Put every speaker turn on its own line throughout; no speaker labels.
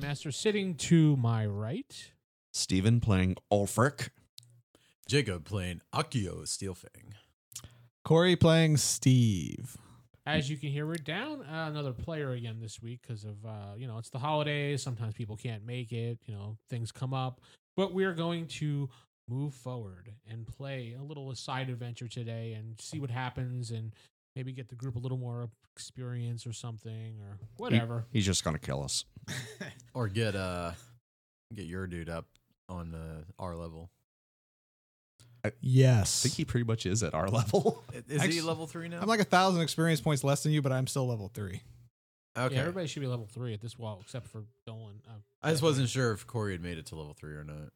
Master sitting to my right.
Steven playing Ulfric.
Jacob playing Akio Steelfang.
Corey playing Steve.
As you can hear, we're down uh, another player again this week because of uh, you know it's the holidays. Sometimes people can't make it. You know things come up, but we are going to move forward and play a little side adventure today and see what happens and maybe get the group a little more experience or something or whatever.
He's just gonna kill us.
Or get uh get your dude up on uh, our level.
I
Yes.
think he pretty much is at our level.
Is
Actually-
he level three now?
I'm like a thousand experience points less than you, but I'm still level three.
okay.
Yeah, everybody should be level three at this wall except for Dolan. Uh,
I just wasn't sure if Corey had made it to level three or not.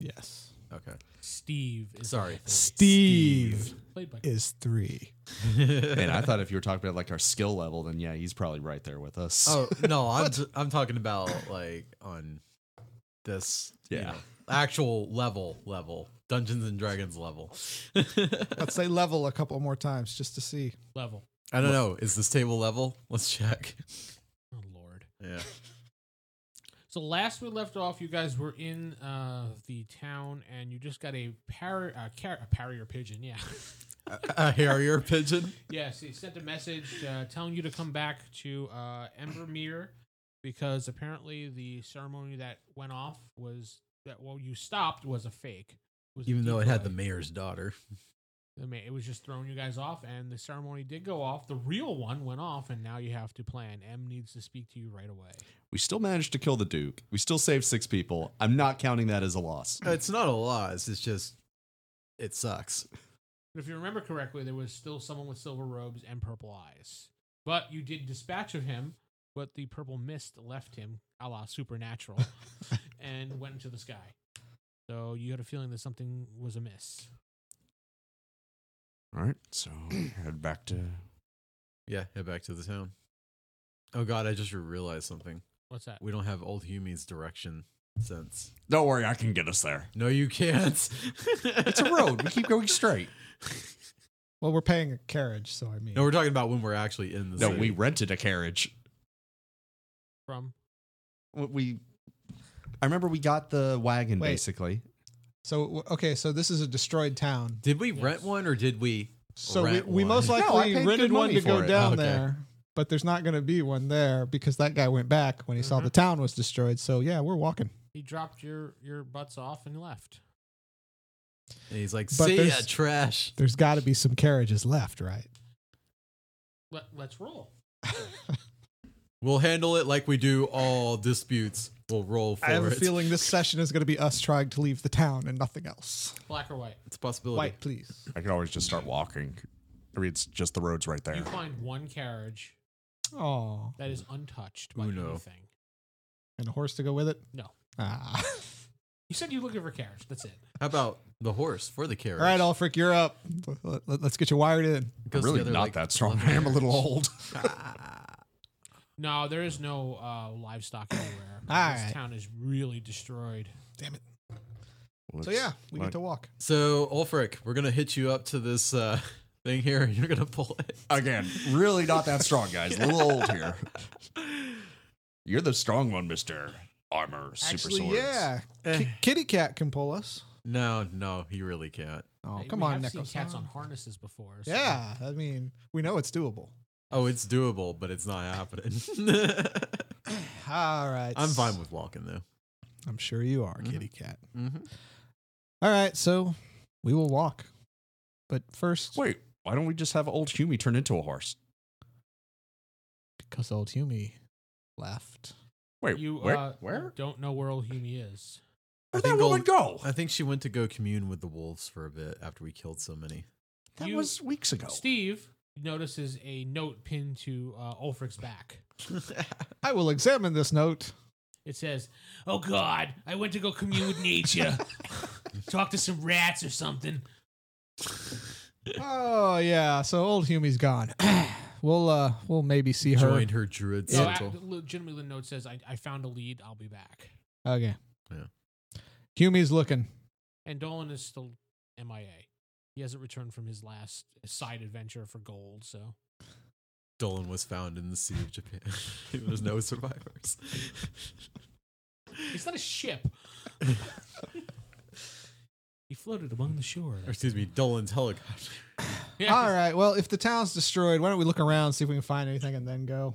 Yes.
Okay.
Steve. Is
Sorry.
level three.
Steve,
Played by
is three.
and I thought if you were talking about like our skill level, then yeah, he's probably right there with us.
oh no, I'm t- I'm talking about like on this you
Yeah.
know, actual level level Dungeons and Dragons level. I
Let's say level a couple more times just to see.
level.
don't know. Is this table level? Let's check.
Oh Lord.
Yeah.
So last we left off, you guys were in uh, the town, and you just got a par uh, car- a parrier pigeon. Yeah,
A harrier pigeon.
yes. He sent a message uh, telling you to come back to uh, Embermere because apparently the ceremony that went off was that well you stopped was a fake. Was a
Even though it had the
decoy.
mayor's daughter.
I mean, it was just throwing you guys off, and the ceremony did go off. The real one went off, and now you have to plan. M needs to speak to you right away.
We still managed to kill the Duke. We still saved six people. I'm not counting that as a loss.
It's not a loss. It's just it sucks.
If you remember correctly, there was still someone with silver robes and purple eyes. But you did dispatch of him, but the purple mist left him, a la supernatural, and went into the sky. So you had a feeling that something was amiss.
All right, so head back to.
Yeah, head back to the town. Oh god, I just realized something.
What's that?
We don't have old Humi's direction sense.
Don't worry, I can get us there.
No, you can't.
It's a road. we keep going straight.
Well, we're paying a carriage, so I mean,
No, we're talking about when we're actually in the
No,
city.
we rented a carriage.
From
W- We, I remember we got the wagon
Wait.
basically.
so w- okay, so this is a destroyed town.
did we
Yes.
rent one or did we?
So we,
Rent
we
one.
most
No, I paid
likely
good
rented one
money
to go
for it.
down
Okay.
there, but there's not going to be one there because that guy went back when he saw
Mhm.
the town was destroyed. So yeah, we're walking.
he dropped your your butts off and left.
And he's like,
But
"See ya,
there's-
trash."
There's got to be some carriages left, right?
Let, let's roll.
We'll handle it like we do all disputes. We'll roll for
I have
it.
a feeling this session is going to be us trying to leave the town and nothing else.
Black or white.
it's a possibility.
White, please.
I could always just start walking. I mean, it's just the roads right there.
You find one carriage
Oh,
that is untouched by
Uno.
anything.
and a horse to go with it.
No.
Ah.
You said you looking for carriage. That's it.
How about the horse for the
All
carriage?
right, Alfric, you're up. Let- let- Let's get you wired in.
I'm
Goes
really
together
not
like
that strong.
leather.
I am a little old.
No, there is no uh, livestock anywhere.
All
this
right.
town is really destroyed.
Damn it. So yeah, we get to walk.
So Ulfric, we're gonna hit you up to this uh, thing here, and you're gonna pull it.
again, really not that strong, guys. A little old here. You're the strong one, Mister Armor Super Swords.
yeah,
Eh.
Ki- Kitty Cat can pull us.
No, no, he really can't.
Oh,
Hey,
come
we
on,
have seen
Nicholas.
cats on harnesses before. so-
Yeah, I mean, we know it's doable.
Oh, it's doable, but it's not happening.
All right,
I'm fine with walking though.
I'm sure you are,
Mhm.
Kitty Cat.
Mm-hmm.
All right, so we will walk, but first,
Wait, why don't we just have old Humy turn into a horse?
because old Hume left.
Wait,
You
where?
uh,
where?
don't know where old Hume is.
Where'd that
I think
woman
old-
go?
I think she went to go commune with the wolves for a bit after we killed so many.
That
You-
was weeks ago.
Steve notices a note pinned to uh, Ulfric's back.
I will examine this note.
It says, "Oh God, I went to go commune with nature, talk to some rats or something."
Oh yeah, so old Hume's gone. we'll uh, we'll maybe see her.
Joined her druid
No,
circle.
act- legitimately, uh, the note says, I, "I found a lead. I'll be back."
Okay.
Yeah.
Hume's looking.
And Dolan is still MIA. He hasn't returned from his last side adventure for gold, so
Dolan was found in the Sea of Japan. There's no survivors.
It's not a ship. he floated among the shore.
Or excuse me, Dolan's helicopter.
Yeah,
All right. Well, if the town's destroyed, why don't we look around, see if we can find anything, and then go.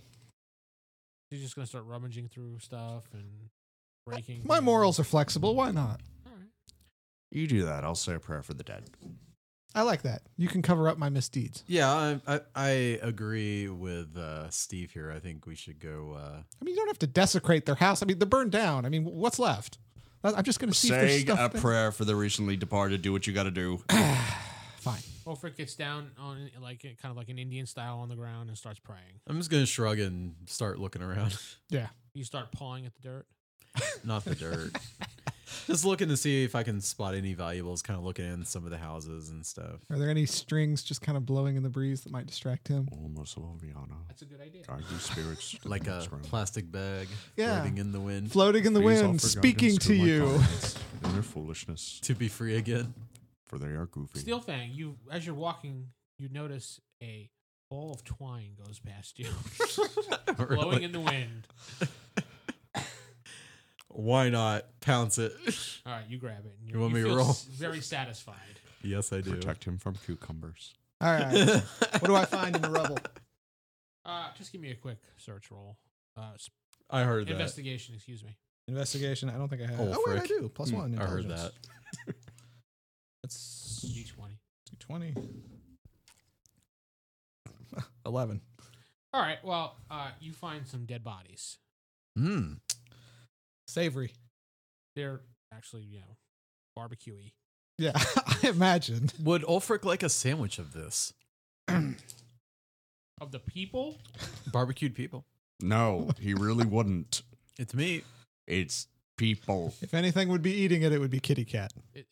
He's just gonna start rummaging through stuff and breaking.
My
things.
morals are flexible. Why not?
All right.
You do that. I'll say a prayer for the dead.
I like that. You can cover up my misdeeds.
Yeah, I, I, I agree with uh, Steve here. I think we should go. Uh,
I mean, you don't have to desecrate their house. I mean, they're burned down. I mean, what's left? I- I'm just going to see if there's
Say a
stuff. there.
prayer for the recently departed. Do what you got to do.
Fine.
Ulfric gets down on like kind of like an Indian style on the ground and starts praying.
I'm just gonna shrug and start looking around.
Yeah.
You start pawing at the dirt.
Not the dirt. just looking to see if I can spot any valuables. Kind of looking in some of the houses and stuff.
Are there any strings just kind of blowing in the breeze that might distract him?
O merciful Viana,
That's a good idea.
guide these spirits to
Like
the
a
next room.
plastic bag
Yeah.
floating in the wind.
Floating in the
Please
wind,
offer
speaking
guidance
to
my
you.
comrades In their foolishness,
to be free again.
for they are goofy.
Steelfang, you as you're walking, you notice a ball of twine goes past you, blowing
Really.
in the wind.
Why not pounce it?
All right, you grab it. And
You want me to
feel
roll?
s- Very satisfied.
yes, I do.
Protect him from cucumbers.
All right. What do I find in the rubble?
Uh, just give me a quick search roll. Uh, s-
I heard that.
investigation, excuse me.
Investigation. I don't think I have.
Oh,
Oh, wait, I
frick.
do. Plus
Hmm,
one.
I heard
intelligence.
that.
That's
D20.
220. 11.
All right, well, uh, you find some dead bodies.
Hmm.
Savory.
They're actually, you know, barbecue-y.
Yeah, I imagined.
Would Ulfric like a sandwich of this?
Of the people,
Barbecued people.
No, he really wouldn't.
It's meat.
It's people.
If anything would be eating it, it would be kitty cat.
it,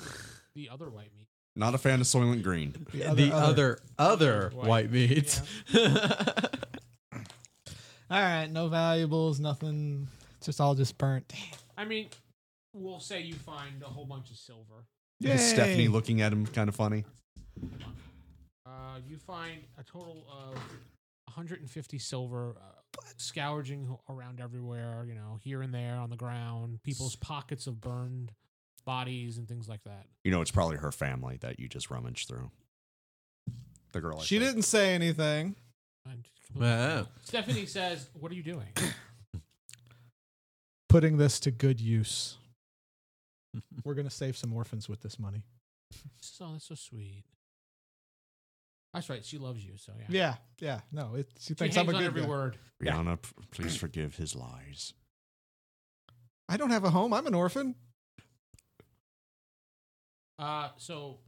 the other white meat.
Not a fan of Soylent Green.
The
the other other,
White.
white, meat.
All right, no valuables, nothing. It's just all just burnt.
I mean, we'll say you find a whole bunch of silver.
Is Stephanie
Yay.
looking at him kind of funny?
Uh, you find a total of 150 silver uh, scourging around everywhere, you know, here and there on the ground, people's pockets of burned bodies and things like that.
You know, it's probably her family that you just rummaged through. The girl. I
She
said.
didn't say anything.
I'm just completely
Wow.
forgot. Stephanie says, What are you doing?
Putting this to good use. We're going to save some orphans with this money.
so "Oh, that's so sweet. That's right. She loves you. So, yeah.
Yeah, yeah. No, it, she
She
thinks
hangs
I'm a
on
good
every
guy.
word.
Rihanna, p- please forgive his lies.
I don't have a home. I'm an orphan.
Uh, so,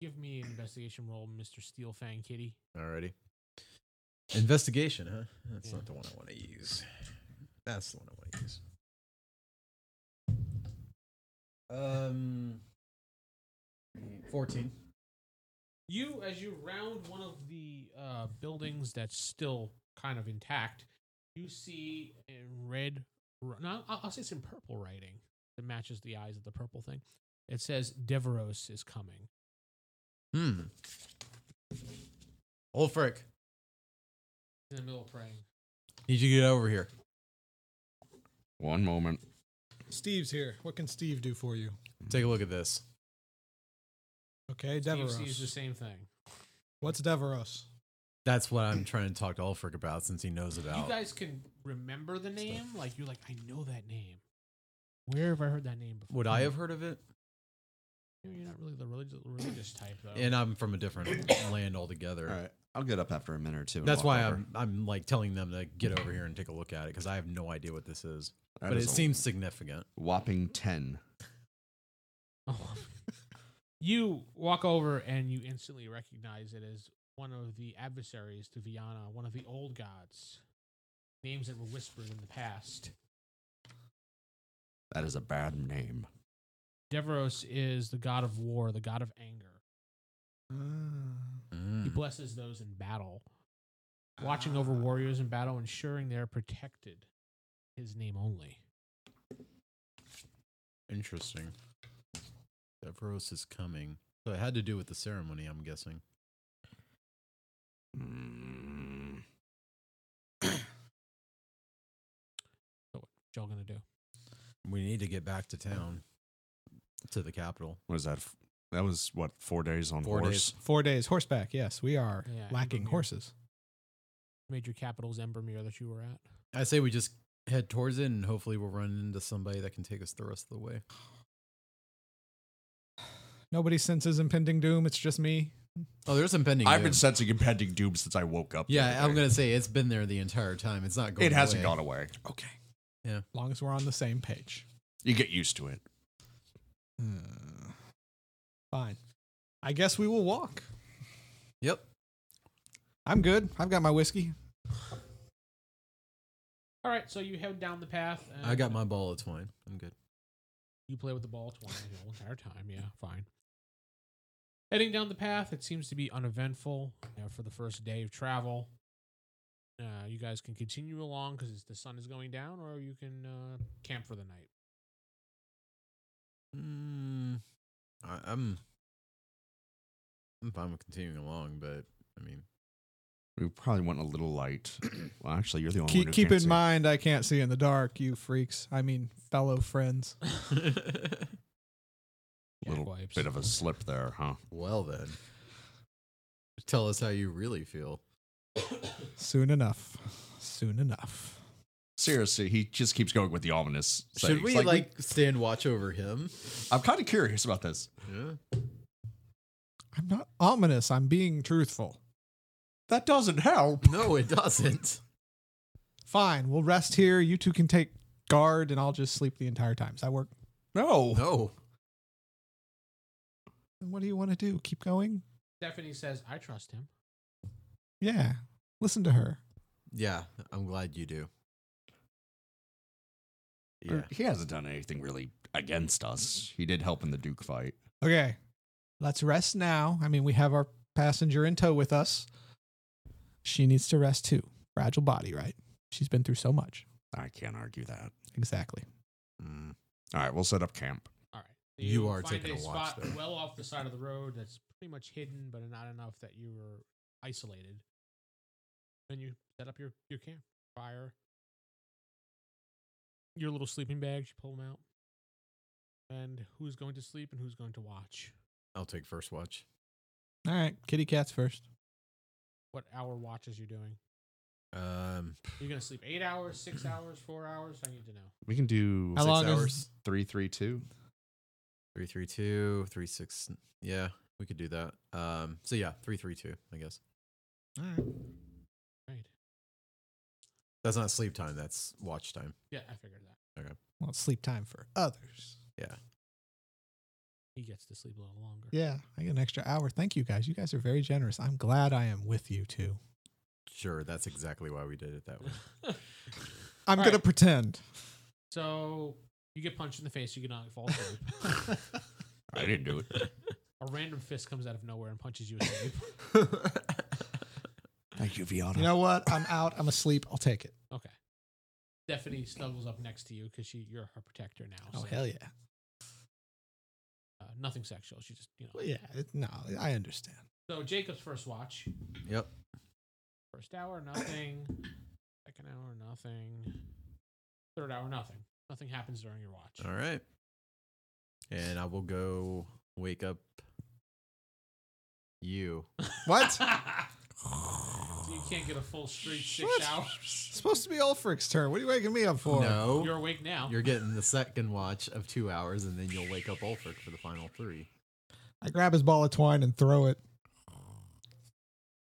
give me an investigation roll, Mr. Steelfang Kitty.
Alrighty. Investigation, huh? That's
Yeah.
not the one I want to use. That's the one I want to use. Um, fourteen.
You, as you round one of the uh, buildings that's still kind of intact, you see in red. r- No, I'll, I'll say it's in purple writing that matches the eyes of the purple thing. It says Deveros is coming.
Hmm. Old frick,
In the middle of praying.
need you to get over here.
One moment.
Steve's here. What can Steve do for you?
Take a look at this.
Okay,
Steve
Deveros.
sees the same thing.
What's Deveros?
That's what I'm trying to talk to Ulfric about since he knows about.
You guys can remember the name? Like, you're like, I know that name. Where have I heard that name before?
Would I have heard of it?
You're not really the religious, religious type, though.
And I'm from a different land altogether.
Oh. All right, I'll get up after a minute or two. and
That's
walk
why
over.
I'm I'm like telling them to get over here and take a look at it because I have no idea what this is.
That
but it
is a
seems significant.
whopping ten.
Oh. you walk over and you instantly recognize it as one of the adversaries to Viana, one of the old gods. Names that were whispered in the past.
That is a bad name.
Deveros is the god of war, the god of anger.
Ah.
He
Mm.
blesses those in battle, watching
Ah.
over warriors in battle, ensuring they're protected. His name only.
Interesting. Devros is coming. So it had to do with the ceremony, I'm guessing.
Mm.
y'all gonna do?
We need to get back to town, to the capital.
What is that? F- That was what four days on
Four
horse.
Four days horseback. Yes, we are
Yeah,
lacking
Embermere.
horses.
Major capitals Embermere that you were at.
I say we just head towards it, and hopefully we'll run into somebody that can take us the rest of the way.
Nobody senses impending doom. It's just me.
Oh, there's impending.
I've
doom.
been sensing impending doom since I woke up. the other
Yeah, I'm
day.
gonna say it's been there the entire time. It's not going.
It hasn't
away.
gone away.
Okay.
Yeah.
As long as we're on the same page.
You get used to it.
Hmm. Fine. I guess we will walk.
Yep.
I'm good. I've got my whiskey.
All right, so you head down the path. And
I got my ball of twine. I'm good.
You play with the ball twice the whole entire time. Yeah, fine. Heading down the path, it seems to be uneventful uh, for the first day of travel. Uh, you guys can continue along because the sun is going down, or you can uh, camp for the night.
Mm, I, I'm. I'm fine with continuing along, but I mean,
We probably want a little light. Well, actually, you're the only one.
Keep,
who
keep
Oh, can't
in
see.
mind, I can't see in the dark, you freaks. I mean, fellow friends.
Jack
little
wipes.
bit of a slip there, huh?
well then, tell us how you really feel.
Soon enough. Soon enough.
Seriously, he just keeps going with the ominous. sayings.
Should we like, stand watch over him?
I'm kind of curious about this.
Yeah.
I'm not ominous. I'm being truthful.
That doesn't help.
No, it doesn't.
Fine. We'll rest here. You two can take guard, and I'll just sleep the entire time. Does that work?
No.
No.
And what do you want to do? Keep going?
Stephanie says, "I trust him."
Yeah. Listen to her.
Yeah, I'm glad you do.
Or-
Yeah.
He hasn't done anything really against us. He did help in the Duke fight.
Okay. Let's rest now. I mean, we have our passenger in tow with us. She needs to rest too. Fragile body, right? She's been through so much.
I can't argue that.
Exactly.
Mm. All right, we'll set up camp.
All right.
You are
find
taking a watch, though.
well off the side of the road that's pretty much hidden, but not enough that you were isolated. And you set up your your camp fire. Your little sleeping bags, you pull them out. And who's going to sleep and who's going to watch?
I'll take first watch.
All right. Kitty cats first.
What hour watches you're doing?
Um,
You're gonna sleep eight hours, six hours, four hours? I need to know.
We can do
How
six
long is-
hours.
three, three, two.
Three three two three six. Yeah, we could do that. Um, so yeah, three three two. I guess
All right.
Right.
that's not sleep time. That's watch time.
Yeah, I figured that.
Well, it's sleep time for others.
He gets to sleep a little longer.
Yeah. I get an extra hour. Thank you guys. You guys are very generous. I'm glad I am with you too.
Sure, that's exactly why we did it that way.
I'm
All
going
right.
to pretend.
So you get punched in the face, you cannot fall asleep.
I didn't do it.
a random fist comes out of nowhere and punches you in the sleep.
Thank you, Viana.
You know what? I'm out. I'm asleep. I'll take it.
Okay. Stephanie snuggles up next to you because she you're her protector now.
Oh,
so,
hell yeah.
Uh, nothing sexual. She just you know.
Well, yeah. It, no, I understand.
So Jacob's first watch,
yep.
first hour nothing, second hour nothing, third hour nothing. Nothing happens during your watch.
All right. And I will go wake up you.
What?
So you can't get a full street six
What?
hours.
supposed to be Ulfric's turn. What are you waking me up for?
no,
You're
you're,
awake now.
getting the second watch of two hours, and then you'll wake up Ulfric for the final three.
I grab his ball of twine and throw it.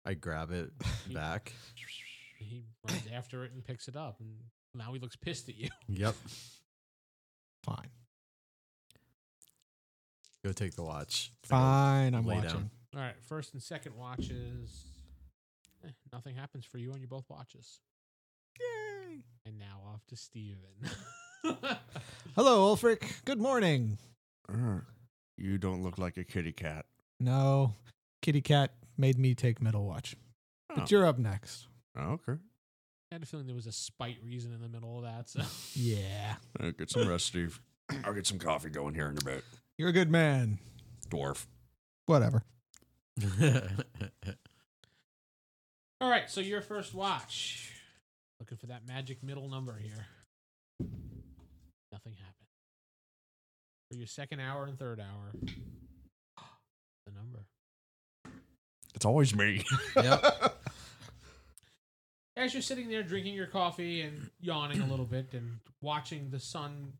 I grab it back.
he runs after it and picks it up, and now he looks pissed at you.
Yep.
Fine.
Go take the watch.
Fine. I'm
Lay
watching.
down.
All right, first and second watches, eh, nothing happens for you on your both watches.
Yay.
And now off to Steven.
Hello, Ulfric. Good morning.
Uh, you don't look like a kitty cat.
No, kitty cat made me take middle watch.
Oh.
But you're up next.
Oh, okay.
I had a feeling there was a spite reason in the middle of that. So
Yeah.
Uh, get some rest, Steve. I'll get some coffee going here in a bit.
You're a good man.
Dwarf.
Whatever.
All right, so your first watch. Looking for that magic middle number here. Nothing happened. For your second hour and third hour, the number.
It's always me.
Yep.
As you're sitting there drinking your coffee and yawning a little bit and watching the sun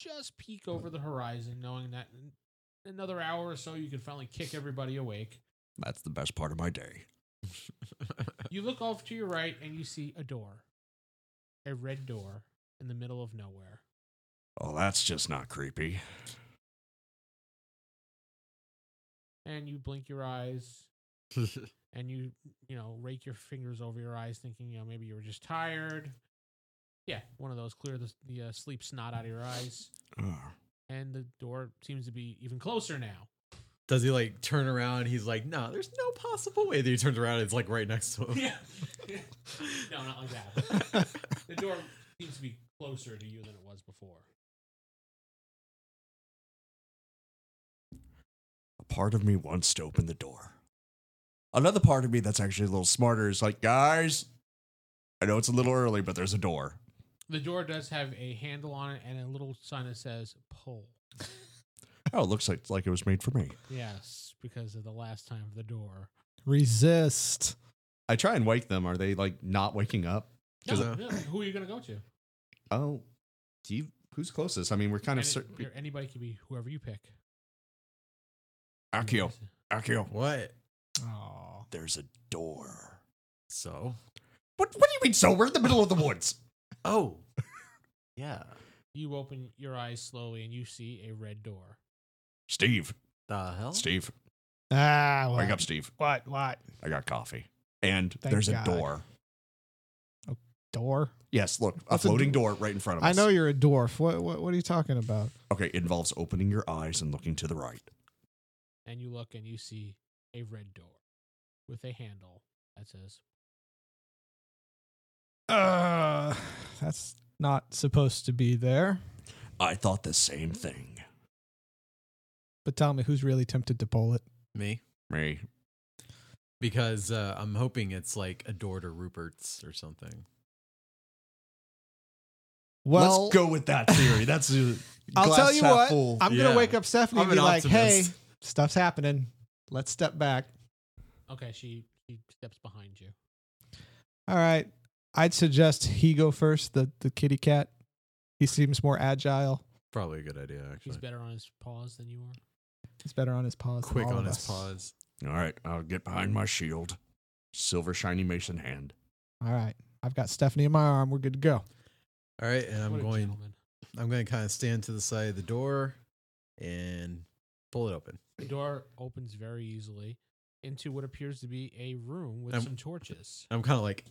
just peek over the horizon, knowing that in another hour or so you can finally kick everybody awake,
That's the best part of my day.
you look off to your right and you see a door. A red door in the middle of nowhere.
Oh, that's just not creepy.
and you blink your eyes and you you know rake your fingers over your eyes thinking you know maybe you were just tired yeah one of those clear the, the uh, sleep snot out of your eyes
Oh.
and the door seems to be even closer now
Does he like turn around? He's like, no, there's no possible way that he turns around. and It's like right next to him.
yeah no not like that the door seems to be closer to you than it was before
A part of me wants to open the door. Another part of me that's actually a little smarter is like, guys, I know it's a little early, but there's a door.
the door does have a handle on it and a little sign that says pull
Oh, it looks like, like it was made for me.
yes because of the last time of the door
Resist.
I try and wake them. Are they like not waking up?
no,
Does it-
no, who are you going to go to
Oh, do you, who's closest? I mean, we're kind
Any,
of. Cer-
here, anybody could be whoever you pick
Akio, Akio,
What?
Oh.
there's a door.
So?
What, what do you mean so? We're in the middle of the woods.
Oh. yeah.
You open your eyes slowly and you see a red door.
Steve,
The hell?
Steve,
Ah. What?
wake up, Steve.
What? What?
I got coffee. And
Thank
there's
God.
a door.
Door.
Yes, look, a
What's a
floating
door?
door right in front of
I
us.
know you're a dwarf. What? What, what are you talking about?
Okay, it involves opening your eyes and looking to the right.
And you look and you see a red door with a handle that says,
Uh, that's not supposed to be there.
I thought the same thing.
But tell me, who's really tempted to pull it?
Me?
Me.
Because uh, I'm hoping it's like a door to Rupert's or something.
Well,
Let's go with that theory. That's uh,
I'll
glass
tell you
half
what.
full.
I'm gonna
Yeah.
wake up Stephanie
I'm
and be
an
like, "Hey,
optimist.
stuff's happening. Let's step back."
"Okay." She she steps behind you.
All right. I'd suggest he go first. The the kitty cat. He seems more agile.
Probably a good idea,
He's
actually.
better on his paws than you are.
He's better on his paws. than
Quick
all
on
of
his
us.
paws.
All right, I'll get behind my shield. Silver shiny mason hand.
All right. I've got Stephanie in my arm. We're good to go.
All right, and I'm
What a
going.
gentleman.
I'm going to kind of stand to the side of the door and pull it open.
The door opens very easily into what appears to be a room with
Um,
some torches.
I'm kind of like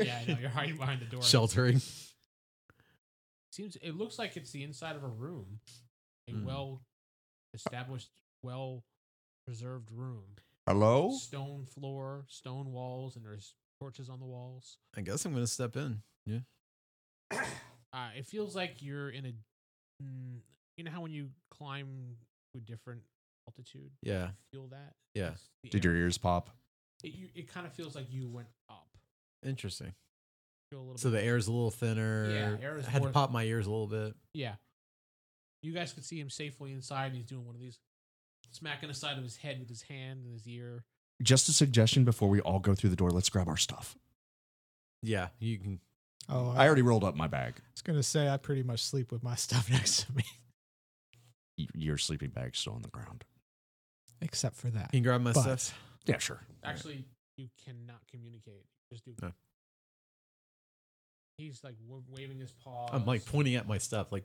yeah, I know you're hiding behind the door.
sheltering.
Seems it looks like it's the inside of a room, a
Hmm.
well established, well preserved room.
Oh.
Hello?
Stone floor, stone walls, and there's torches on the walls.
I guess I'm going to step in. Yeah.
uh, it feels like you're in a mm, you know how when you climb to a different altitude
Yeah.
you feel that
Yeah.
It's the
Did
air-
your ears pop?
it, you, it kind of feels like you went up
Interesting.
feel a little
So
bit,
the air's a little thinner.
Yeah, air is
I had
more-
to pop my ears a little bit.
yeah you guys could see him safely inside and he's doing one of these smacking the side of his head with his hand and his ear
Just a suggestion before we all go through the door, let's grab our stuff.
Yeah, you can.
Oh,
I already rolled up my bag.
was gonna say I pretty much sleep with my stuff next to me,
Y- Your sleeping bag's still on the ground.
except for that.
You can grab my
But-
stuff.
Yeah, sure.
actually you cannot communicate just do
No.
he's like w- waving his paw
I'm like pointing at my stuff. Like,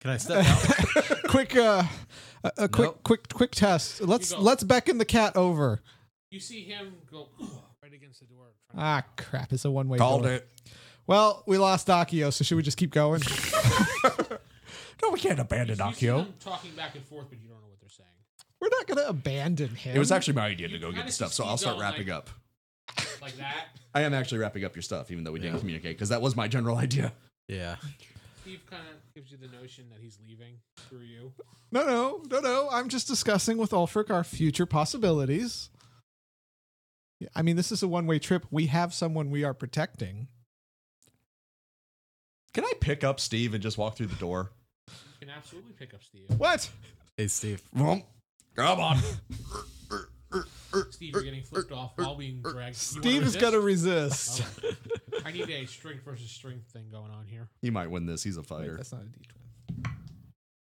can I step out?
quick, uh, a, a quick,
Nope.
quick, quick test. Let's
go.
let's beckon the cat over.
you see him go right against the door trying to-
Ah, crap! It's a one way.
Called it.
Well, we lost Akio, so should we just keep going?
No, we can't abandon
You see
Akio.
them talking back and forth, but you don't know what they're saying.
We're not gonna abandon him.
It was actually my idea to
You
go get
kinda
the stuff,
just
so
keep
I'll start
going,
wrapping
like-
up.
Like that.
I am actually wrapping up your stuff, even though we didn't
Yeah.
communicate, because that was my general idea.
yeah.
Steve kind of gives you the notion that he's leaving through you.
no, no, no, no. I'm just discussing with Ulfric our future possibilities. Yeah, I mean, this is a one way trip. We have someone we are protecting.
Can I pick up Steve and just walk through the door?
You can absolutely pick up Steve.
What?
Hey, Steve.
Well, come on.
Steve, you're getting flipped off while being dragged. You wanna
Steve is
resist?
gonna resist.
Okay. I need a strength versus strength thing going on here.
He might win this. He's a
Wait,
fighter.
that's not a D20.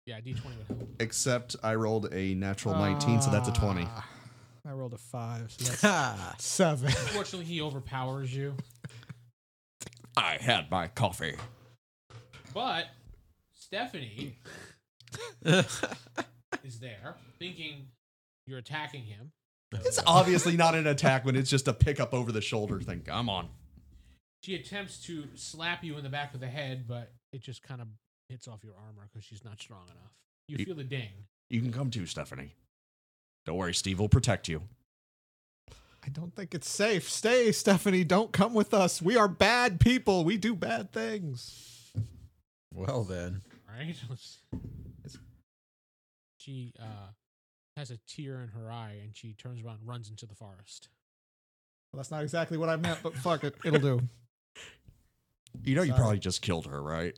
Yeah, D20 would help.
Except I rolled a natural 19, so that's a 20.
Ah, I rolled a five, so that's
Ha!
seven.
Unfortunately, he overpowers you,
I had my coffee.
but Stephanie is there, thinking you're attacking him.
It's obviously not an attack when it's just a pick up over the shoulder thing. Come on.
She attempts to slap you in the back of the head, but it just kind of hits off your armor because she's not strong enough. You
You-
feel the ding.
You can come too, Stephanie. Don't worry, Steve will protect you.
I don't think it's safe. Stay, Stephanie. Don't come with us. We are bad people. We do bad things.
well then.
right? she uh, has a tear in her eye and she turns around and runs into the forest.
Well, that's not exactly what I meant, but fuck it. It'll do.
You know, you
Sorry.
probably just killed her, right?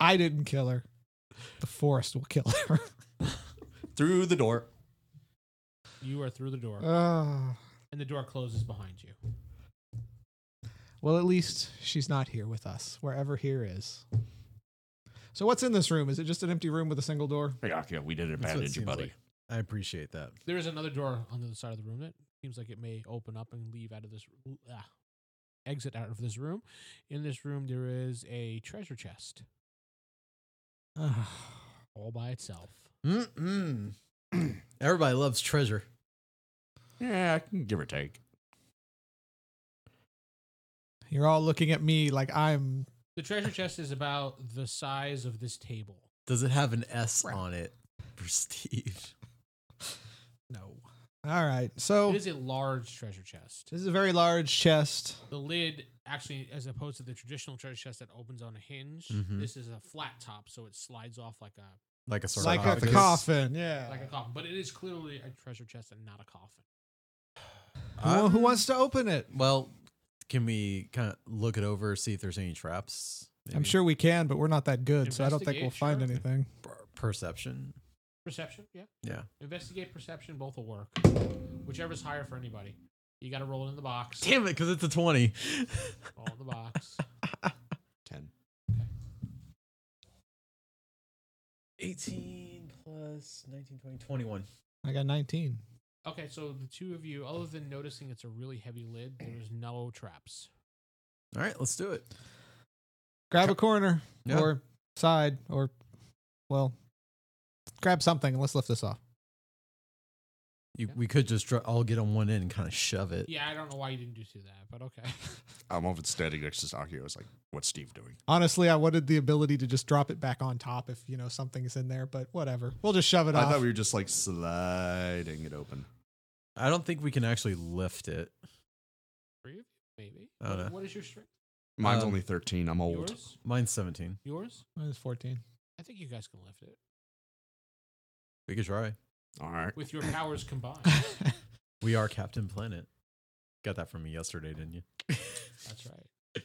I didn't kill her. The forest will kill her.
Through the door.
You are through the door
Ah.
and the door closes behind you.
well, at least she's not here with us, wherever here is. So, what's in this room? Is it just an empty room with a single door?
Yeah, yeah, we didn't
That's what it
bandage you,
seems
buddy.
like. I appreciate that.
There is another door on the other side of the room that seems like it may open up and leave out of this ah, exit out of this room. In this room, there is a treasure chest all by itself.
Mm-mm. Everybody loves treasure.
Yeah, give or take.
You're all looking at me like I'm.
The treasure chest is about the size of this table.
Does it have an S
Right.
on it for Steve?
No. All right. So,
It is a large treasure chest.
this is a very large chest.
the lid actually as opposed to the traditional treasure chest that opens on a hinge
Mhm.
this is a flat top so it slides off like a
Like a
like a
sarcophagus?
coffin. Yeah.
like a coffin but it is clearly a treasure chest and not a coffin
Who- who
Um,
wants to open it?
Well, can we kind of look it over, see if there's any traps?
I'm
Maybe
sure we can, but we're not that good, so I don't think we'll
Investigate,
find
sure.
anything.
per- perception.
perception yeah
Yeah.
investigate perception both will work whichever's higher for anybody you gotta roll it in the box
Damn it, because it's a 20.
roll in the box
10.
18 plus 19, 20, 21.
I got 19.
okay so the two of you other than noticing it's a really heavy lid there is no traps
All right, let's do it.
Grab a corner
Yeah.
or side or, well, grab something and let's lift this off.
You,
Yeah.
We could just dr- all get on one end and kind of shove it.
yeah i don't know why you didn't do that but okay
I'm over standing next to Sakio. It's like, what's Steve doing?
Honestly, I wanted the ability to just drop it back on top if, you know, something's in there, but whatever. We'll just shove it
I
off.
thought we were just like sliding it open.
I don't think we can actually lift it.
three of you maybe
I don't know.
what is your strength
Mine's
Um,
only 13. I'm old.
yours
Mine's 17.
yours
Mine is 14.
i think you guys can lift it
We could try.
All right.
with your powers combined
We are Captain Planet. Got that from me yesterday, didn't you?
That's right.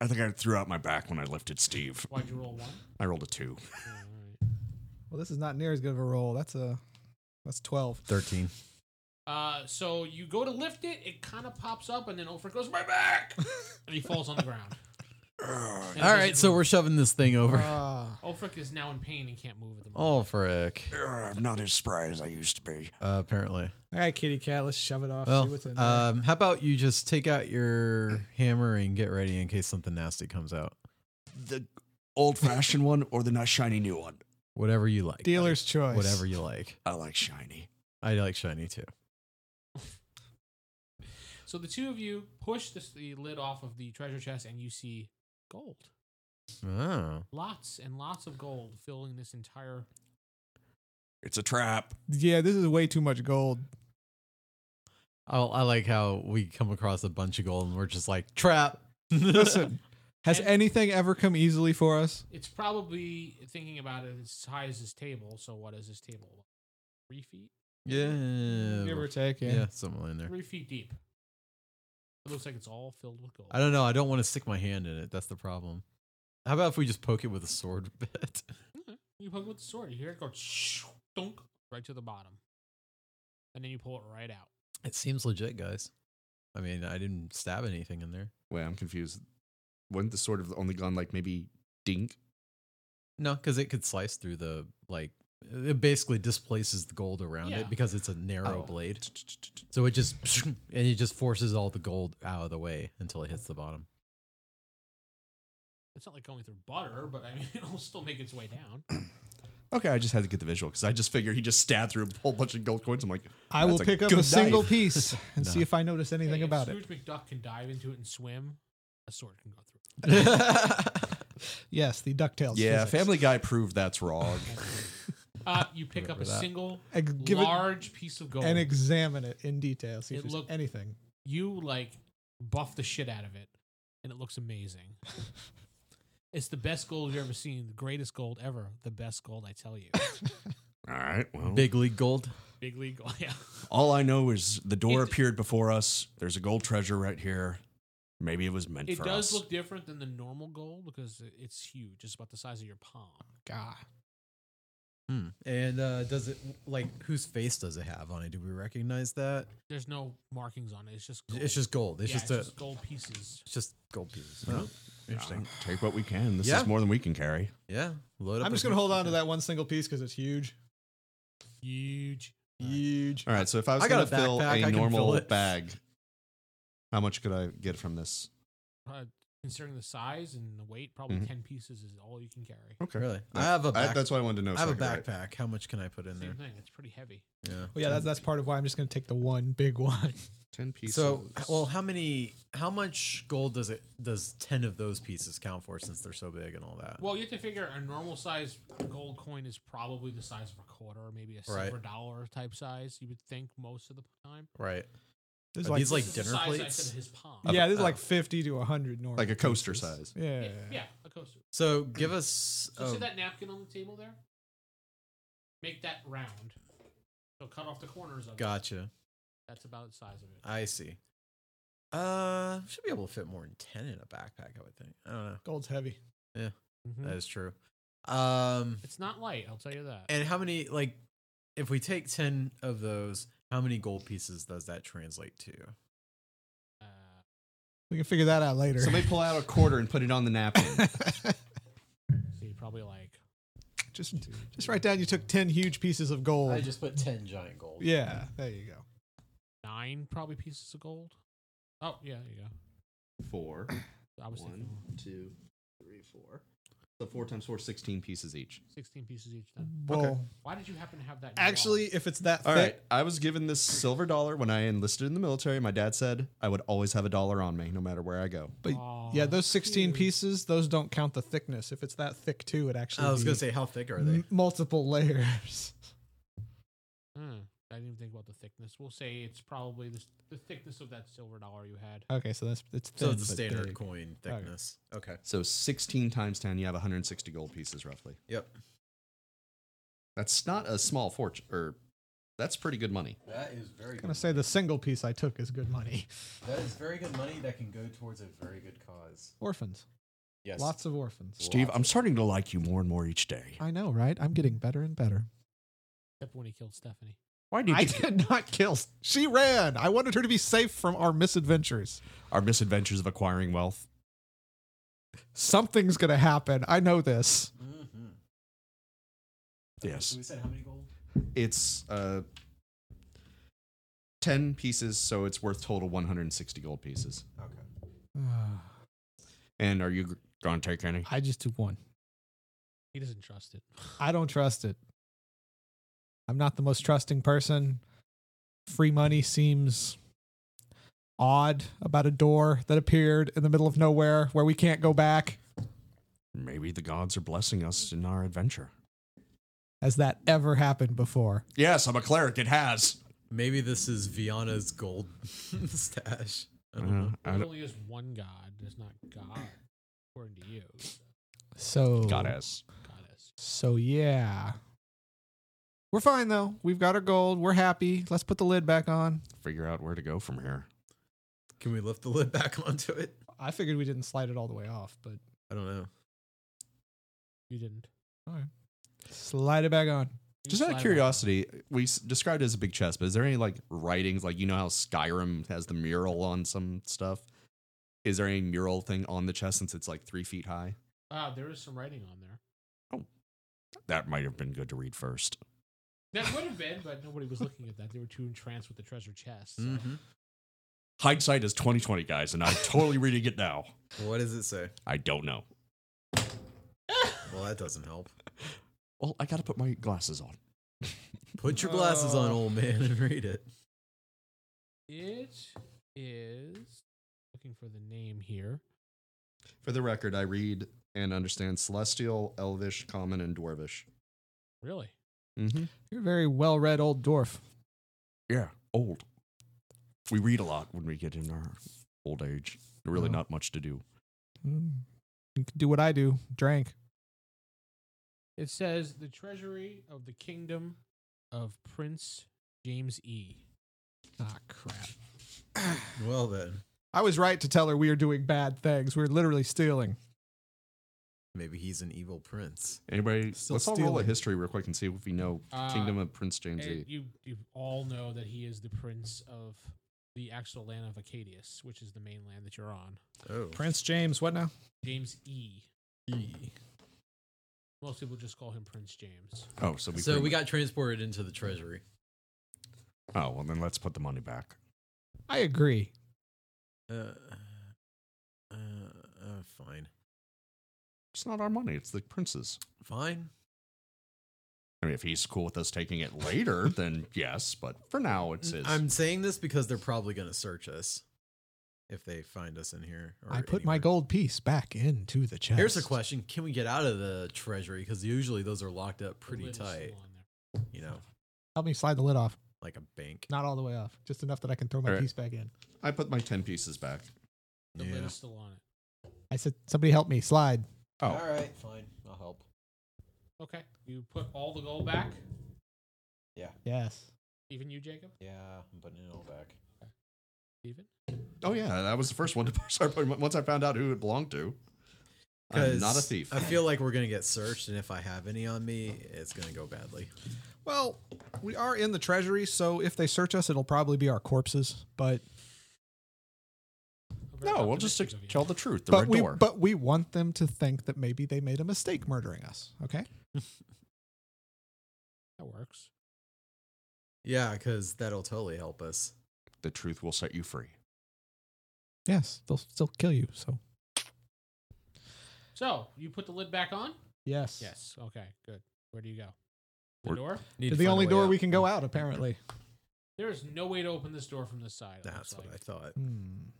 I think I threw out my back when I lifted Steve.
Why'd you roll one?
I rolled a two.
well, this is not near as good of a roll. That's a, that's 12.
13.
Uh, so you go to lift it, it kind of pops up, and then Ulfric goes, My back! And he falls on the ground.
Ugh.
And
All
it
right,
doesn't
so
move.
we're shoving this thing over.
Ah.
Ulfric is now in pain and can't move at the moment.
oh, frick.
I'm not as spry as I used to be.
Uh, apparently.
all right, kitty cat, let's shove it off.
Well,
see what's in there.
um, how about you just take out your hammer and get ready in case something nasty comes out?
The old fashioned one or the not shiny new one?
Whatever you like.
Dealer's
buddy.
choice.
Whatever you like.
I like shiny.
I like shiny too. Oh.
So the two of you push this, the lid off of the treasure chest, and you see gold.
Oh.
Lots and lots of gold filling this entire.
It's a trap.
Yeah, this is way too much gold.
I, I like how we come across a bunch of gold and we're just like, trap.
Listen, has anything ever come easily for us?
It's probably thinking about it as high as this table. So what is this table? Three feet?
Yeah.
Give or take,
yeah,
yeah.
somewhere in there.
Three feet deep. It looks like it's all filled with gold.
I don't know. I don't want to stick my hand in it. That's the problem. How about if we just poke it with a sword bit?
Okay. You poke it with the sword. You hear it go shoo, dunk right to the bottom, and then you pull it right out.
It seems legit, guys. I mean, I didn't stab anything in there.
Wait, I'm confused. Wouldn't the sword have only gone like maybe dink?
No, because it could slice through the like. It basically displaces the gold around
Yeah.
it because it's a narrow
Oh.
blade. So it just and it just forces all the gold out of the way until it hits the bottom.
It's not like going through butter, but I mean, it'll still make its way down.
Okay, I just had to get the visual because I just figured he just stabbed through a whole bunch of gold coins. I'm like,
I will
That's a
pick up
good
a single
knife.
piece and
No.
see if I notice anything
Hey, if
about it.
Scrooge McDuck can dive into it and swim. A sword can go through. it.
Yes, the Ducktales.
yeah,
physics.
Family Guy proved that's wrong.
Uh, you pick up a
Remember that.
single
Ex- give it
large piece of gold.
and examine it in detail. See
It
if there's
looked-
anything.
you like buff the shit out of it, and it looks amazing. it's the best gold you've ever seen. The greatest gold ever. The best gold, I tell you.
All right, well,
Big league gold.
Big league gold. Yeah.
all I know is the door
It-
appeared before us. There's a gold treasure right here. Maybe it was meant
It
for
does
us.
look different than the normal gold because it- it's huge. It's about the size of your palm.
God.
Hmm. And uh, does it like whose face does it have on it? Do we recognize that?
There's no markings on it. It's just gold.
It's just gold. It's
Yeah,
just a.
gold pieces.
It's just gold pieces.
Oh.
Interesting.
Yeah, Take what we can. This
Yeah.
is more than we can carry.
Yeah. Load up
I'm just
as
gonna
much
hold
as you
on to
can.
that one single piece because it's huge.
Huge.
Huge.
All right, so if I was
I got
going
a
to fill
backpack, I
a
can fill
normal
it.
bag, how much could I get from this?
Uh, considering the size and the weight, probably
Mm-hmm.
Mhm.
ten pieces is all you can carry.
Okay.
Really?
No,
I have a
I-
back,
that's what I wanted to know.
I have
so
a
could write.
backpack. How much can I put in
Same
there?
thing. It's pretty heavy.
Yeah.
Well, yeah, that's that's part of why I'm just gonna take the one big one.
Ten pieces.
So, well, how many? How much gold does it? Does ten of those pieces count for since they're so big and all that?
Well, you have to figure a normal size gold coin is probably the size of a quarter, or maybe a
Right.
silver dollar type size. You would think most of the time.
right.
There's
Are
like,
these, like-
This is the
dinner
size I
plates?
said of his palm.
yeah, there's
Oh.
like 50 to 100 normal.
uh, Like a coaster size.
Yeah.
yeah, yeah, a coaster.
So give us.
So
oh,
see that napkin on the table there? Make that round. So cut off the corners of it.
gotcha.
That's about the size of it.
I see. Uh, should be able to fit more than ten in a backpack. I would think. I don't know.
Gold's heavy.
Hmm.
Uh,
That is true. Um,
It's not light, I'll tell you that.
and how many? Like, if we take ten of those, how many gold pieces does that translate to?
Uh,
We can figure that out later.
Somebody pull out a quarter and put it on the napkin.
so you probably like
just just write down you took 10 huge pieces of gold.
just put ten giant gold.
yeah, there you go.
nine probably pieces of gold. Oh yeah, there you go.
four,
I was
one,
thinking
two, three, four. So four times four, 16 pieces each.
sixteen pieces each. Then
Well,
Mm-hmm.
why did you happen to have that? in your
actually,
wallet?
if it's that
All
thick,
right. I was given this silver dollar when I enlisted in the military. My dad said I would always have a dollar on me no matter where I go.
but
Aw,
yeah, those 16
cute.
pieces, those don't count the thickness. If it's that thick too, it actually
I was
be
gonna say, how thick are they?
m- multiple layers.
Hmm, I didn't even think about the thickness. We'll say it's probably the, the thickness of that silver dollar you had.
Okay, so that's it's
So
thin,
it's a
but
standard
big.
coin
Okay.
thickness. Okay.
So 16 times 10, you have 160 gold pieces roughly.
Yep.
That's not a small fortune, or that's pretty good money.
That is very.
I'm gonna say the single piece I took is good money.
That is very good money that can go towards a very good cause.
Orphans,
Yes.
lots of orphans.
Steve, I'm starting to like you more and more each day.
I know, right? I'm getting better and better.
Except when he killed Stephanie.
Why do you
I
keep-
did not kill. She ran. I wanted her to be safe from our misadventures.
our misadventures of acquiring wealth?
Something's gonna happen. I know this.
Mm-hmm.
Yes.
we said how many gold?
It's uh, 10 pieces, so it's worth total 160 gold pieces.
Okay.
And are you going to take any?
I just took one.
He doesn't trust it.
I don't trust it. I'm not the most trusting person. Free money seems odd about a door that appeared in the middle of nowhere where we can't go back.
Maybe the gods are blessing us in our adventure.
Has that ever happened before?
Yes, I'm a cleric. It has.
Maybe this is Viana's gold stash. I don't
Uh,
Uh-huh.
know.
There's only is one god. There's not God, according to you.
So
Goddess.
Goddess.
So yeah. We're fine though. We've got our gold. We're happy. Let's put the lid back on.
Figure out where to go from here.
Can we lift the lid back onto it?
I figured we didn't slide it all the way off, but
I don't know.
You didn't.
slide it back on.
You
Just out
slide it
of curiosity, we s- described it as a big chest, but is there any like writings? Like you know how Skyrim has the mural on some stuff. Is there any mural thing on the chest since it's like three feet high?
Wow, Ah, there is some writing on there.
That might have been good to read first.
That would have been, but nobody was looking at that. They were too entranced with the treasure chest. so.
Mm-hmm.
Mm-hmm.
Hindsight is twenty twenty, guys, and I'm totally reading it now.
What does it say?
I don't know.
Well, that doesn't help.
Well, I gotta put my glasses on.
Put your glasses on,
Oh.
old man, and read it.
It is looking for the name here.
For the record, I read and understand Celestial, Elvish, Common, and Dwarvish.
Really?
Mm-hmm.
You're a very well read old dwarf.
Yeah, old. We read a lot when we get in our old age. Really,
Oh.
not much to do.
Mm. You could do what I do drank.
It says the treasury of the kingdom of Prince James E.
Ah, crap.
Well then,
I was right to tell her we are doing bad things. We're literally stealing.
maybe he's an evil prince.
Anybody,
Still
let's all roll a
stealing.
history real quick and see if we know
Uh,
Kingdom of Prince James
And
E.
you, you all know that he is the prince of the actual land of Acadius, which is the mainland that you're on.
Oh,
Prince James, what now?
James E. Most people just call him Prince James.
Oh, so we
So we
pretty
got transported into the treasury.
much- Oh, well then let's put the money back.
I agree.
Uh, uh, uh, fine,
It's not our money; it's the prince's.
fine.
I mean, if he's cool with us taking it later, then yes. But for now, it's his.
Mm, I'm saying this because they're probably going to search us if they find us in here. or
I put my
anywhere.
gold piece back into the chest.
Here's a question: Can we get out of the treasury? Because usually those are locked up
The
pretty
lid is still
tight.
on there.
You know,
Help me slide the lid off.
like a bank.
Not all the way off, just enough that I can throw my
All right.
piece back in.
I put my ten pieces back.
The lid
Yeah.
is still on it.
I said, somebody help me slide.
Oh,
All right, fine. I'll help.
Okay. You put all the gold back,
Yes.
even you, Jacob?
Yeah, I'm putting it all back.
Even?
oh yeah, that was the first one to start putting. Once I found out who it belonged to, I'm not a
'Cause
thief.
I feel like we're gonna get searched, and if I have any on me, it's gonna go badly.
Well, we are in the treasury, so if they search us, it'll probably be our corpses. But
I'm very
no, we'll just
optimistic of you.
tell the truth. The
but
red
we
door.
but we want them to think that maybe they made a mistake murdering us. Okay.
That works.
Yeah, because that'll totally help us.
the truth will set you free.
Yes, they'll still kill you. So
So, you put the lid back on?
yes,
Yes. Okay, good. Where do you go? The
We're-
door?
Need
They're
to
the
find a
only
way
door
out. Hmm.
we can go out, apparently.
There is no way to open this door from this side. it looks
That's what I
like.
thought.
Hmm.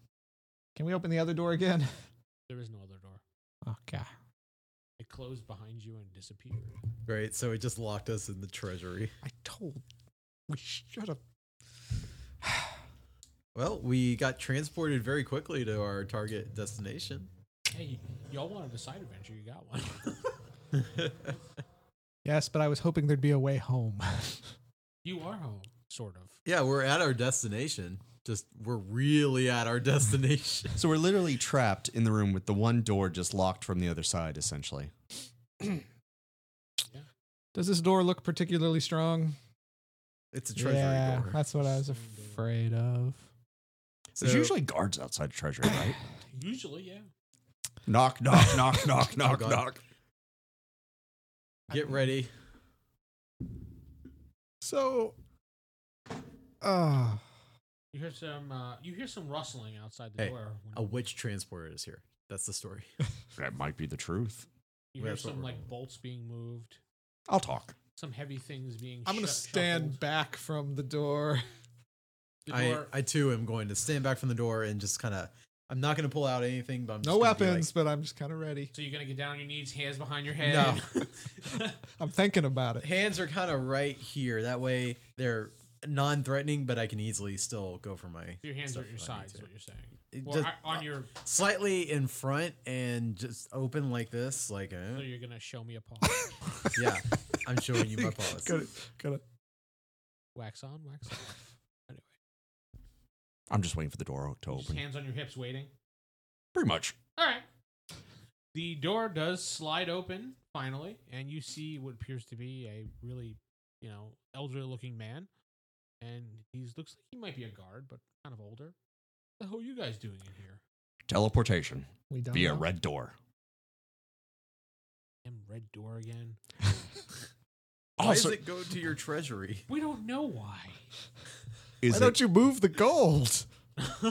Can we open the other door again?
There is no other door.
Oh,
Okay.
It closed behind you and disappeared.
Right, so it just locked us in the treasury.
I told we should have.
Well, we got transported very quickly to our target destination.
Hey, y- y'all wanted a side adventure. You got one.
Yes, but I was hoping there'd be a way home.
you are home, sort of.
yeah, we're at our destination. Just we're really at our destination.
So we're literally trapped in the room with the one door just locked from the other side, essentially.
Does this door look particularly strong?
It's a treasury
yeah,
door.
that's what I was
Same door.
afraid of.
So
There's usually guards outside treasury, right?
Usually, yeah.
knock, knock, knock, knock, knock,
God.
knock.
get ready.
So, uh,
You hear some. Uh, you hear some rustling outside the
Hey,
door. when
A witch transported is here. That's the story.
That might be the truth.
you hear
that's what
some
we're-
like bolts being moved,
I'll talk.
some heavy things being.
I'm gonna
shu-
stand
shuffled.
back from the door.
The
I,
door-
I too am going to stand back from the door and just kind of. I'm not going to pull out anything, but I'm just
No
gonna be
weapons, but I'm just kind of ready.
so you're gonna get down on your knees, hands behind your head.
I'm thinking about
like-
it.
hands are kind of right here. That way they're non-threatening, but I can easily still go for my
your hands are at
stuff
your
if I need
sides.
to.
Is what you're saying.
It
Well,
just-
I- on your.
slightly in front and just open like this, like
So
uh,
you're gonna show me a paw.
yeah. I'm showing you my paws.
Gotta, gotta-
wax on, wax off. Anyway.
I'm just waiting for the door to
Just
open.
hands on your hips, waiting.
Pretty much.
All right. The door does slide open finally, and you see what appears to be a really, you know, elderly-looking man, and he looks like he might be a guard, but kind of older. What the hell are you guys doing in here?
Teleportation
We don't.
via
know.
red door.
Damn red door again.
Why does
Also,
it go to your treasury?
We don't know why.
is
Why
it-
don't you move the gold?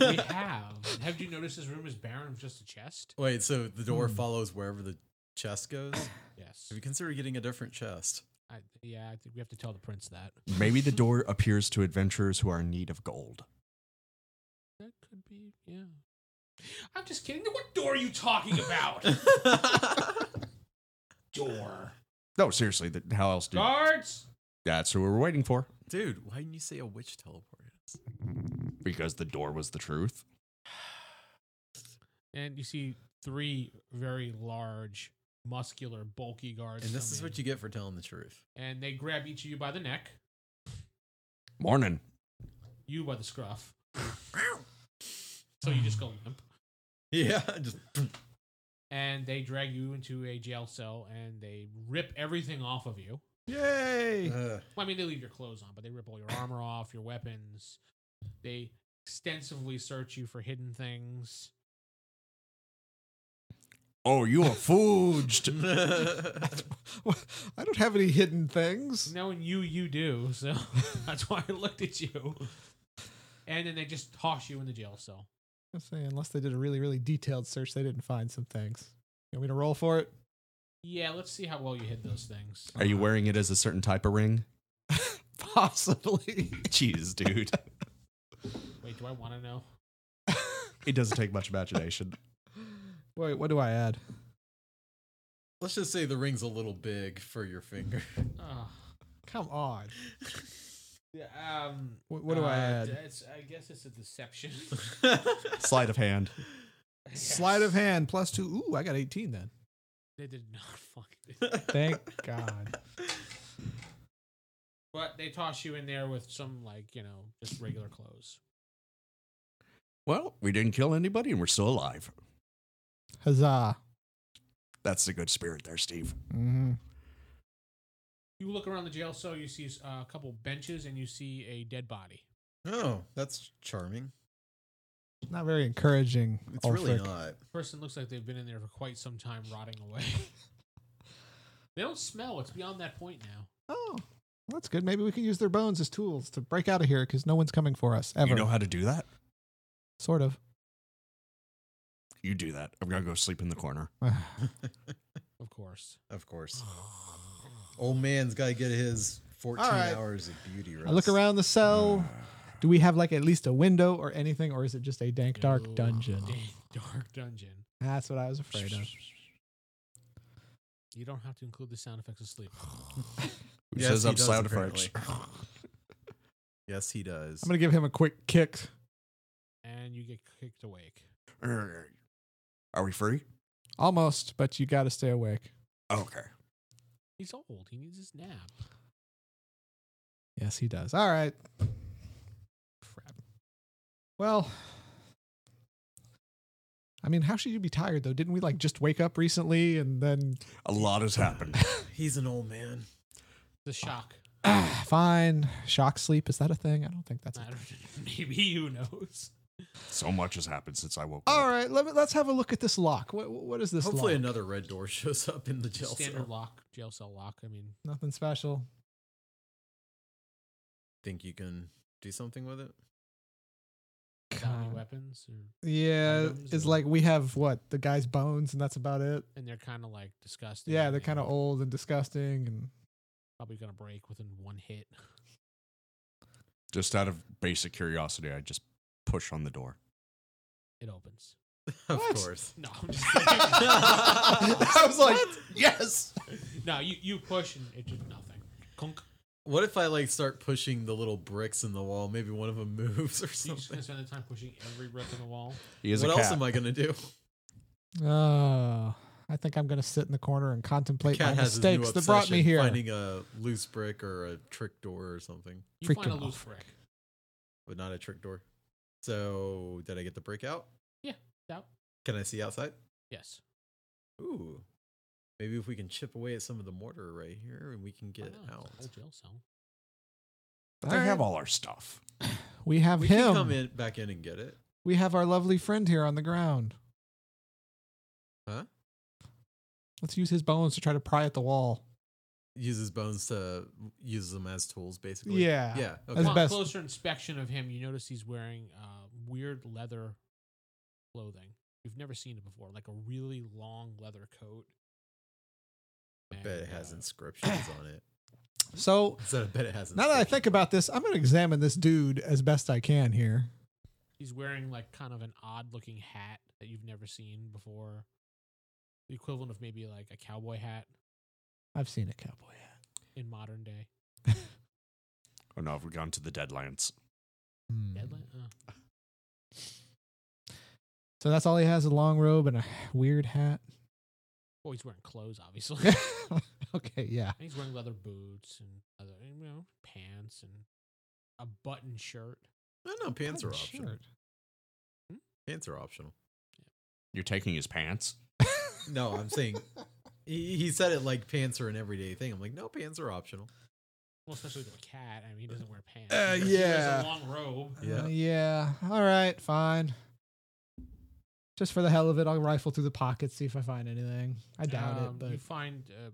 we have. Have you noticed this room is barren of just a chest?
Wait, so the door
Hmm.
follows wherever the chest goes? Have
Yes.
you considered getting a different chest?
I, yeah, I think we have to tell the prince that.
maybe the door appears to adventurers who are in need of gold.
That could be. Yeah. I'm just kidding. What door are you talking about? door.
No, seriously, th- how else do?
Guards.
That's who we were waiting for
Dude, why didn't you say a witch teleported us?
because the door was the truth.
And you see three very large, muscular, bulky guards.
And this
come
is
in,
what you get for telling the truth.
And they grab each of you by the neck,
Morning.
you by the scruff. so you just go limp.
Yeah, just
And they drag you into a jail cell and they rip everything off of you.
Yay!
Ugh.
Well, I mean, they leave your clothes on, but they rip all your armor off, your weapons. They extensively search you for hidden things.
Oh, you are fooged.
Uh,
Uh,
I don't have any hidden things.
Knowing you, you do. So that's why I looked at you. And then they just toss you in the jail cell.
I'm saying, unless they did a really, really detailed search, they didn't find some things. You want me to roll for it?
Yeah, let's see how well you hid those things.
Are you wearing it as a certain type of ring?
Possibly.
Jeez, dude.
Wait, do I want to know?
It doesn't take much imagination.
Wait, what do I add?
Let's just say the ring's a little big for your finger.
Oh.
Come on.
Yeah, um,
What, what do
uh,
I add?
It's, I guess it's a deception.
Sleight of hand.
Sleight of hand plus two. Ooh, I got 18 then.
They did not fucking.
Thank God.
But they toss you in there with some, like, you know, just regular clothes.
Well, we didn't kill anybody and we're still alive.
Huzzah.
That's the good spirit there, Steve.
Mm-hmm.
You look around the jail cell, you see uh, a couple benches, and you see a dead body.
Oh, that's charming.
Not very encouraging.
It's really
Ulfric.
not.
Person looks like they've been in there for quite some time, rotting away. they don't smell. It's beyond that point now.
Oh, well, that's good. Maybe we can use their bones as tools to break out of here because no one's coming for us ever.
You know how to do that?
sort of.
You do that. I'm going to go sleep in the corner.
Of course.
Of course. Old man's got to get his 14
All right.
hours of beauty rest.
I look around the cell. Do we have like at least a window or anything, or is it just a dank, dark
No.
dungeon?
Dank, dark dungeon.
That's what I was afraid of.
You don't have to include the sound effects of sleep.
Who
Yes,
says
he
I'm
does,
sound effects?
Yes, he does.
I'm gonna give him a quick kick.
And you get kicked awake.
Are we free?
Almost, but you gotta stay awake.
Okay.
He's old. He needs his nap.
Yes, he does. All right. Crap. Well, I mean, how should you be tired though? Didn't we like just wake up recently and then
A lot has happened.
He's an old man.
The shock.
ah, fine shock sleep? Is that a thing? I don't think that's. A
I don't, maybe who knows?
so much has happened since I woke
All
up.
right, let me, let's have a look at this lock. What what is this?
Hopefully,
lock?
another red door shows up in the jail
Standard
cell.
lock, jail cell lock. I mean,
nothing special.
Think you can do something with it?
without any
uh,
God.
weapons, or,
Yeah,
Condoms
it's
or-
like we have what the guy's bones, and that's about it.
and they're kind of like disgusting.
Yeah, they're kind
and
of old and disgusting, and
Probably gonna break within one hit.
Just out of basic curiosity, I just push on the door.
It opens.
Of
What?
course.
No, I'm just kidding.
I was like, yes.
no. You you push and it did nothing. Conk.
What if I like start pushing the little bricks in the wall? Maybe one of them moves or
So you're just
something.
gonna spend the time pushing every brick in the wall.
He is
What
a
else
cat.
am I gonna do?
oh, I think I'm gonna sit in the corner and contemplate my
Cat has his new
mistakes that brought me
obsession,
here.
Finding a loose brick or a trick door or something,
You
Freak
find a
him
loose
off.
brick.
but not a trick door. So did I get the breakout?
Out.
Can I see outside?
Yes.
Ooh. Maybe if we can chip away at some of the mortar right here and we can
Why not?
get
It's a
out.
whole jail cell.
All right.
all our stuff.
We have
We can
him.
come in back in and get it.
We have our lovely friend here on the ground.
Huh?
Let's use his bones to try to pry at the wall.
Uses bones to use them as tools, basically.
Yeah.
Yeah. Okay.
That's
Upon
best.
closer inspection of him, you notice he's wearing uh, weird leather clothing. You've never seen it before, like a really long leather coat.
I bet it
And,
has
uh,
inscriptions on it.
So
So I bet it has.
now that I
inscriptions.
think about this, I'm going to examine this dude as best I can here.
He's wearing like kind of an odd looking hat that you've never seen before. The equivalent of maybe like a cowboy hat
I've seen a cowboy hat.
in modern day.
Oh no, we've gone to the Deadlands.
Hmm.
Deadland? Uh,
So that's all he has a long robe and a weird hat.
well, he's wearing clothes, obviously.
okay, yeah.
And he's wearing leather boots and other, you know, pants and a button shirt.
No, no, pants are
Button
optional.
shirt.
Pants are optional.
You're taking his pants.
No, I'm saying he, he said it like pants are an everyday thing. I'm like, no, pants are optional.
Well, especially to a cat. I mean, he doesn't wear pants.
Uh,
He wears
yeah.
a long robe.
Yeah.
Uh, yeah. All right, fine. Just for the hell of it, I'll rifle through the pockets, see if I find anything. I doubt
Um,
it, but
you find uh,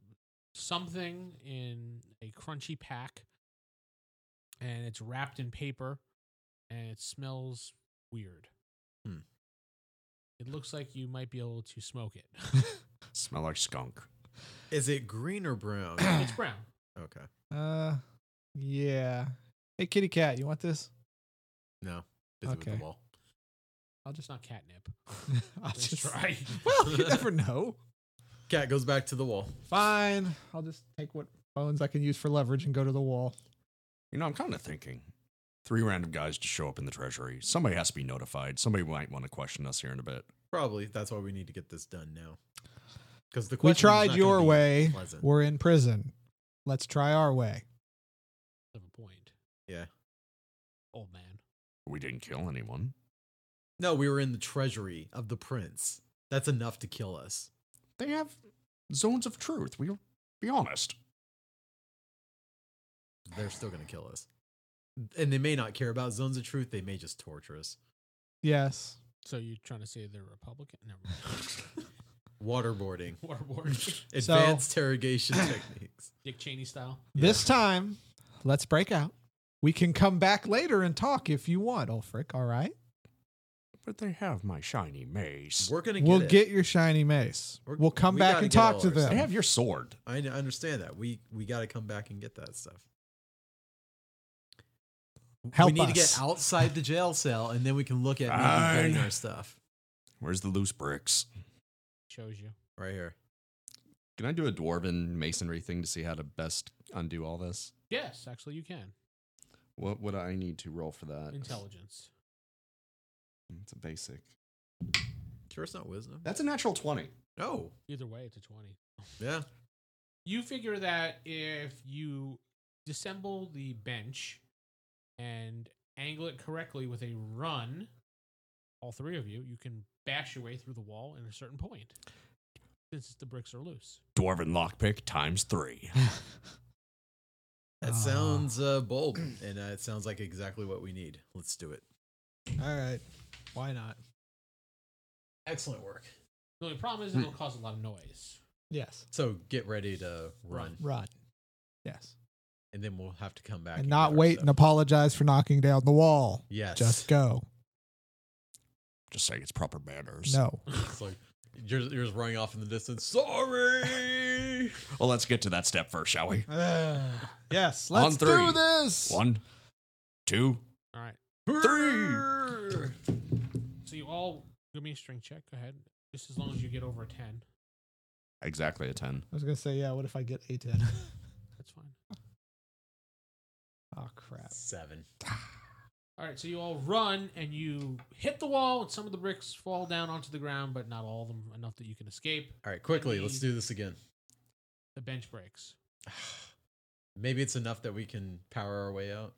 something in a crunchy pack, and it's wrapped in paper, and it smells weird.
Hmm.
It looks like you might be able to smoke it.
Smell like skunk.
Is it green or brown?
it's brown.
okay.
uh yeah. Hey kitty cat, you want this?
No. Busy with
Okay.
the wall.
I'll just not catnip.
I'll
Let's try.
Well, you never know.
Cat goes back to the wall.
Fine. I'll just take what bones I can use for leverage and go to the wall.
You know, I'm kind of thinking three random guys to show up in the treasury. Somebody has to be notified. Somebody might want to question us here in a bit.
Probably. That's why we need to get this done now. Because the
We
question is
tried
not
your
gonna be
way.
pleasant.
We're in prison. Let's try our way.
Of a point.
Yeah.
Old man.
We didn't kill anyone.
No, we were in the treasury of the prince. That's enough to kill us.
They have zones of truth. We'll be honest.
They're still gonna kill us. And they may not care about zones of truth. They may just torture us.
Yes.
So you're trying to say they're Republican? Never mind.
Waterboarding.
Warboard.
Advanced interrogation techniques.
Dick Cheney style.
This time, let's break out. We can come back later and talk if you want, Ulfric, all right?
But they have my shiny mace.
We're gonna
we'll
get it.
get your shiny mace.
We're-
we'll come
we
back
gotta
and
get
talk
all
to
our
them.
They have your sword.
I n- understand that. We we got to come back and get that stuff.
Help
we need to
us.
get outside the jail cell, and then we can look at maybe getting
Fine.
our stuff
Where's the loose bricks?
Shows you.
right here.
Can I do a dwarven masonry thing to see how to best undo all this?
Yes, actually, you can.
What would I need to roll for that?
Intelligence.
It's a basic.
Sure, it's not wisdom.
That's a natural 20.
Oh,
Either way, it's a 20.
yeah.
You figure that if you dissemble the bench and angle it correctly with a run, all three of you, you can bash your way through the wall at a certain point. Since the bricks are loose.
Dwarven lockpick times three.
That
Ah.
sounds uh, bold, and uh, it sounds like exactly what we need. Let's do it.
all right. Why not?
Excellent work.
The only problem is it'll cause a lot of noise.
Yes.
So get ready to run,
Run. Yes.
and then we'll have to come back
And not
get our
wait and
stuff.
apologize for knocking down the wall.
Yes,
Just go.
Just saying it's proper manners.
No.
It's like you're, you're just running off in the distance. Sorry.
Well, let's get to that step first, shall we?
yes.
On
Let's
three.
do this.
One, two,
All right.
three.
So you all give me a string check. Go ahead. Just as long as you get over a 10.
Exactly a 10.
I was going to say, yeah, what if I get a 10?
That's fine.
oh, crap.
Seven.
All right, so you all run and you hit the wall, and some of the bricks fall down onto the ground, but not all of them enough that you can escape.
All right, quickly. Let's do this again.
The bench breaks.
Maybe it's enough that we can power our way out.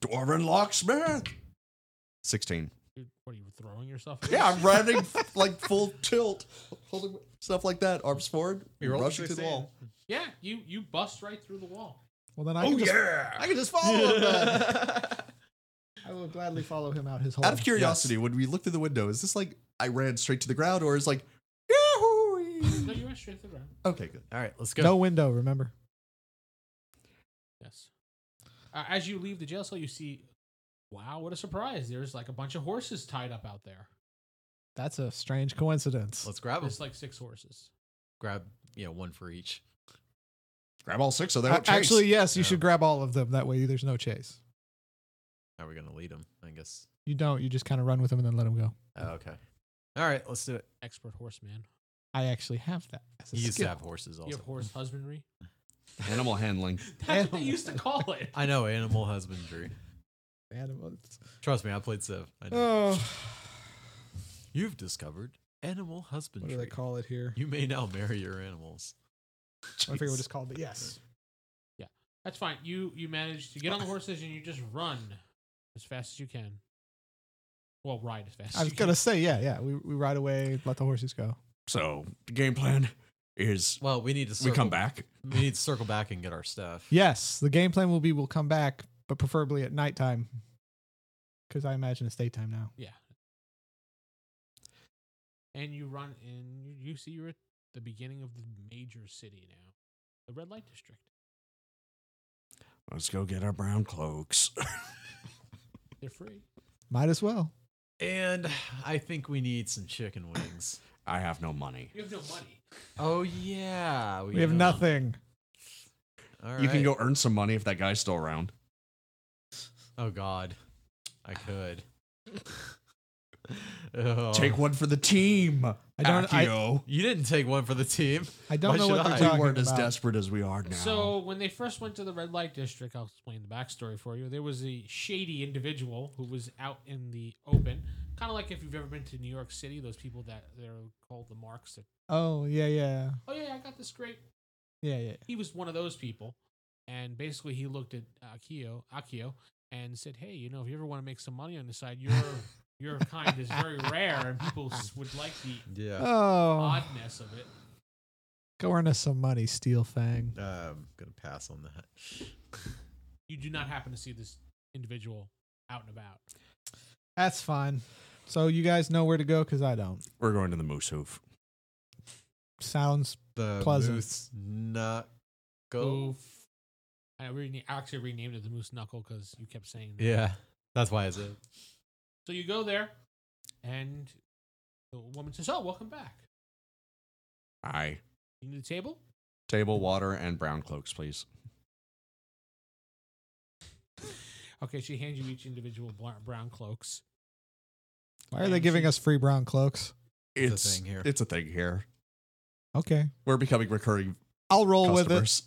Dwarven locksmith. Sixteen.
Dude, what are you throwing yourself?
Yeah, I'm
against?
running f- like full tilt, holding stuff like that, arms forward,
We rolled a
rushing to the
16.
wall.
Yeah, you you bust right through the wall.
Well,
Oh,
Oh,
then I can just,
I can just follow him. then.
I will gladly follow him out his hole.
Out of curiosity, when we look through the window, is this like I ran straight to the ground, or is like, Yahoo!
No, you went straight through the ground.
okay, good.
All right, let's go.
No window, remember.
Yes. Uh, as you leave the jail cell, you see, wow, what a surprise! There's like a bunch of horses tied up out there.
That's a strange coincidence.
Let's grab them.
It's like six horses.
Grab, yeah, one for each.
Grab all six of them.
A- Actually, yes, you
Yeah.
should grab all of them. That way, there's no chase.
How are we gonna lead them? I guess.
You don't. You just kind of run with them and then let them go.
Oh, okay. All right, let's do it.
Expert horseman.
I actually have that. As a
You used to
skill.
have horses also.
You have horse husbandry.
animal handling.
That's what they used to call it.
I know animal husbandry.
Animals.
Trust me, I played Civ. I know.
Oh,
You've discovered animal
what
husbandry.
do they call it here?
You may now marry your animals.
I forget what it's called, but yes.
That's fine. You you manage to get on the horses and you just run as fast as you can. Well, ride as fast.
I
as
was
you
gonna say, yeah, yeah. We we ride away, let the horses go.
So the game plan is
Well, we need to.
we
Circle,
come back.
We need to circle back and get our stuff.
Yes, the game plan will be we'll come back, but preferably at nighttime, because I imagine it's daytime now.
can. Yeah. And you run and you, you see you're at the beginning of the major city now, the red light district.
Let's go get our brown cloaks.
They're free.
Might as well.
And I think we need some chicken wings.
I have no money.
You have no money.
oh yeah,
We have
don't.
nothing.
All
You can
right.
go earn some money if that guy's still around.
Oh God, I could. Oh.
Take one for the team.
I don't. I,
Accio.
You didn't take one for the team.
I don't
Why
know
should
what they're
I?
talking
we weren't as
about.
desperate as we are now.
So when they first went to the red light district, I'll explain the backstory for you. There was a shady individual who was out in the open, kind of like if you've ever been to New York City, those people that they're called the marks. That,
oh yeah, yeah,
oh yeah, I got this great
yeah, yeah.
he was one of those people, and basically he looked at Akio, Akio, and said, "Hey, you know, if you ever want to make some money on the side, your your kind is very rare, and people s- would like the
Yeah.
Oh,
oddness of it."
go earn us some money, Steel
Uh,
Fang.
I'm gonna pass on that.
You do not happen to see this individual out and about.
That's fine. So you guys know where to go, because I don't.
we're going to the moose hoof.
Sounds
The
Pleasant.
moose not go.
Oof. I rena- actually renamed it the Moose Knuckle because you kept saying that.
Yeah, that's why it's a
So you go there, and the woman says, "Oh, welcome back.
Aye.
You need a table?
Table, water, and brown cloaks, please.
Okay." She hands you each individual bla- brown cloaks.
Why are they giving us free brown cloaks?
It's a thing here.
It's a thing here.
Okay,
We're becoming recurring
I'll roll with
customers.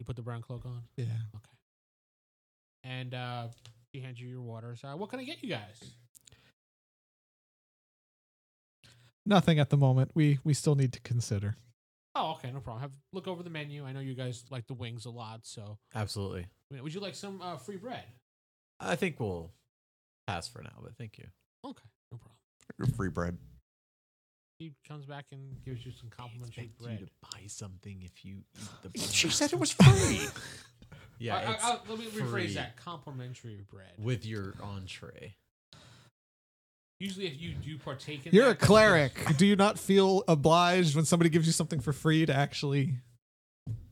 You put the brown cloak on.
it. Yeah.
and uh, she hands you your water. So, uh, what can I get you guys?
Nothing at the moment. We we still need to consider.
Oh, okay, no problem. Have look over the menu. I know you guys like the wings a lot, so
absolutely.
I mean, would you like some uh, free bread?
I think we'll pass for now, but thank you.
Okay, no problem.
Free bread.
She comes back and gives you some complimentary
Expect you
bread.
to buy something if you eat the bread.
She said it was free.
yeah,
I- I-
it's
I- let me rephrase
free.
that. Complimentary bread.
with your entree.
Usually, if you do partake in,
You're a
that-
cleric. Do you not feel obliged when somebody gives you something for free to actually?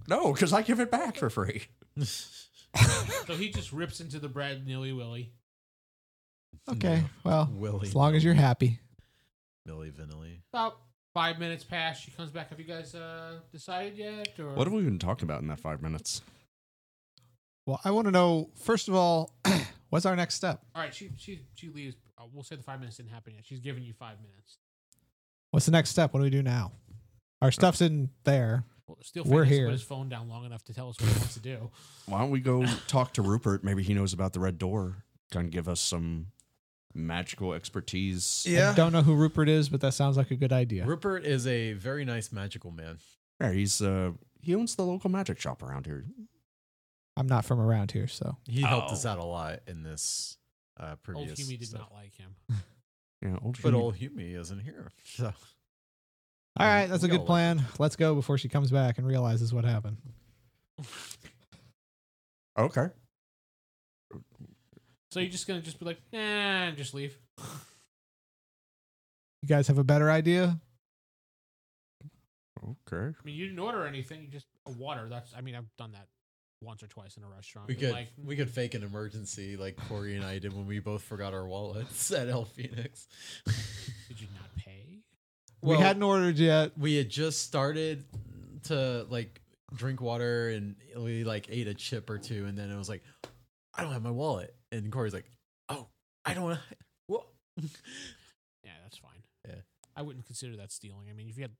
No, because I give it back for free.
So he just rips into the bread nilly willy.
Okay.
No.
Well,
Willy.
as long as you're happy.
Milly Vanilly.
About five minutes pass. She comes back. Have you guys uh, decided yet? Or
What have we been talking about in that five minutes?
Well, I want to know first of all, what's our next step?
all right, she she she leaves. Uh, we'll say the five minutes didn't happen yet. She's giving you five minutes.
What's the next step? What do we do now? Our stuff's in there.
Well, still,
We're
We're
here.
Put his phone down long enough to tell us what he wants to do.
Why don't we go talk to Rupert? Maybe he knows about the red door. Can give us some magical expertise.
I don't know who Rupert is, but that sounds like a good idea.
Rupert is a very nice magical man.
Yeah, he's uh he owns the local magic shop around here.
I'm not from around here, so
He helped us
Oh.
out a lot in this uh,
Old
previous.
Hume did
stuff.
not like him.
Yeah, old
But
Hume-
old Hume isn't here. So
All right, that's a
We all
good
like
plan. Let's go before she comes back and realizes what happened.
Okay.
So you're just gonna just be like, nah, and just leave.
You guys have a better idea?
Okay.
I mean, you didn't order anything. You just a water. That's. I mean, I've done that once or twice in a restaurant.
we
But,
could
like,
we could fake an emergency like Corey and I did when we both forgot our wallets at El Phoenix.
did you not pay?
Well-
we hadn't ordered yet.
we had just started to like drink water and we like ate a chip or two and then it was like i don't have my wallet and corey's like oh i don't what
Yeah, that's fine.
Yeah.
I wouldn't consider that stealing. I mean, if you had,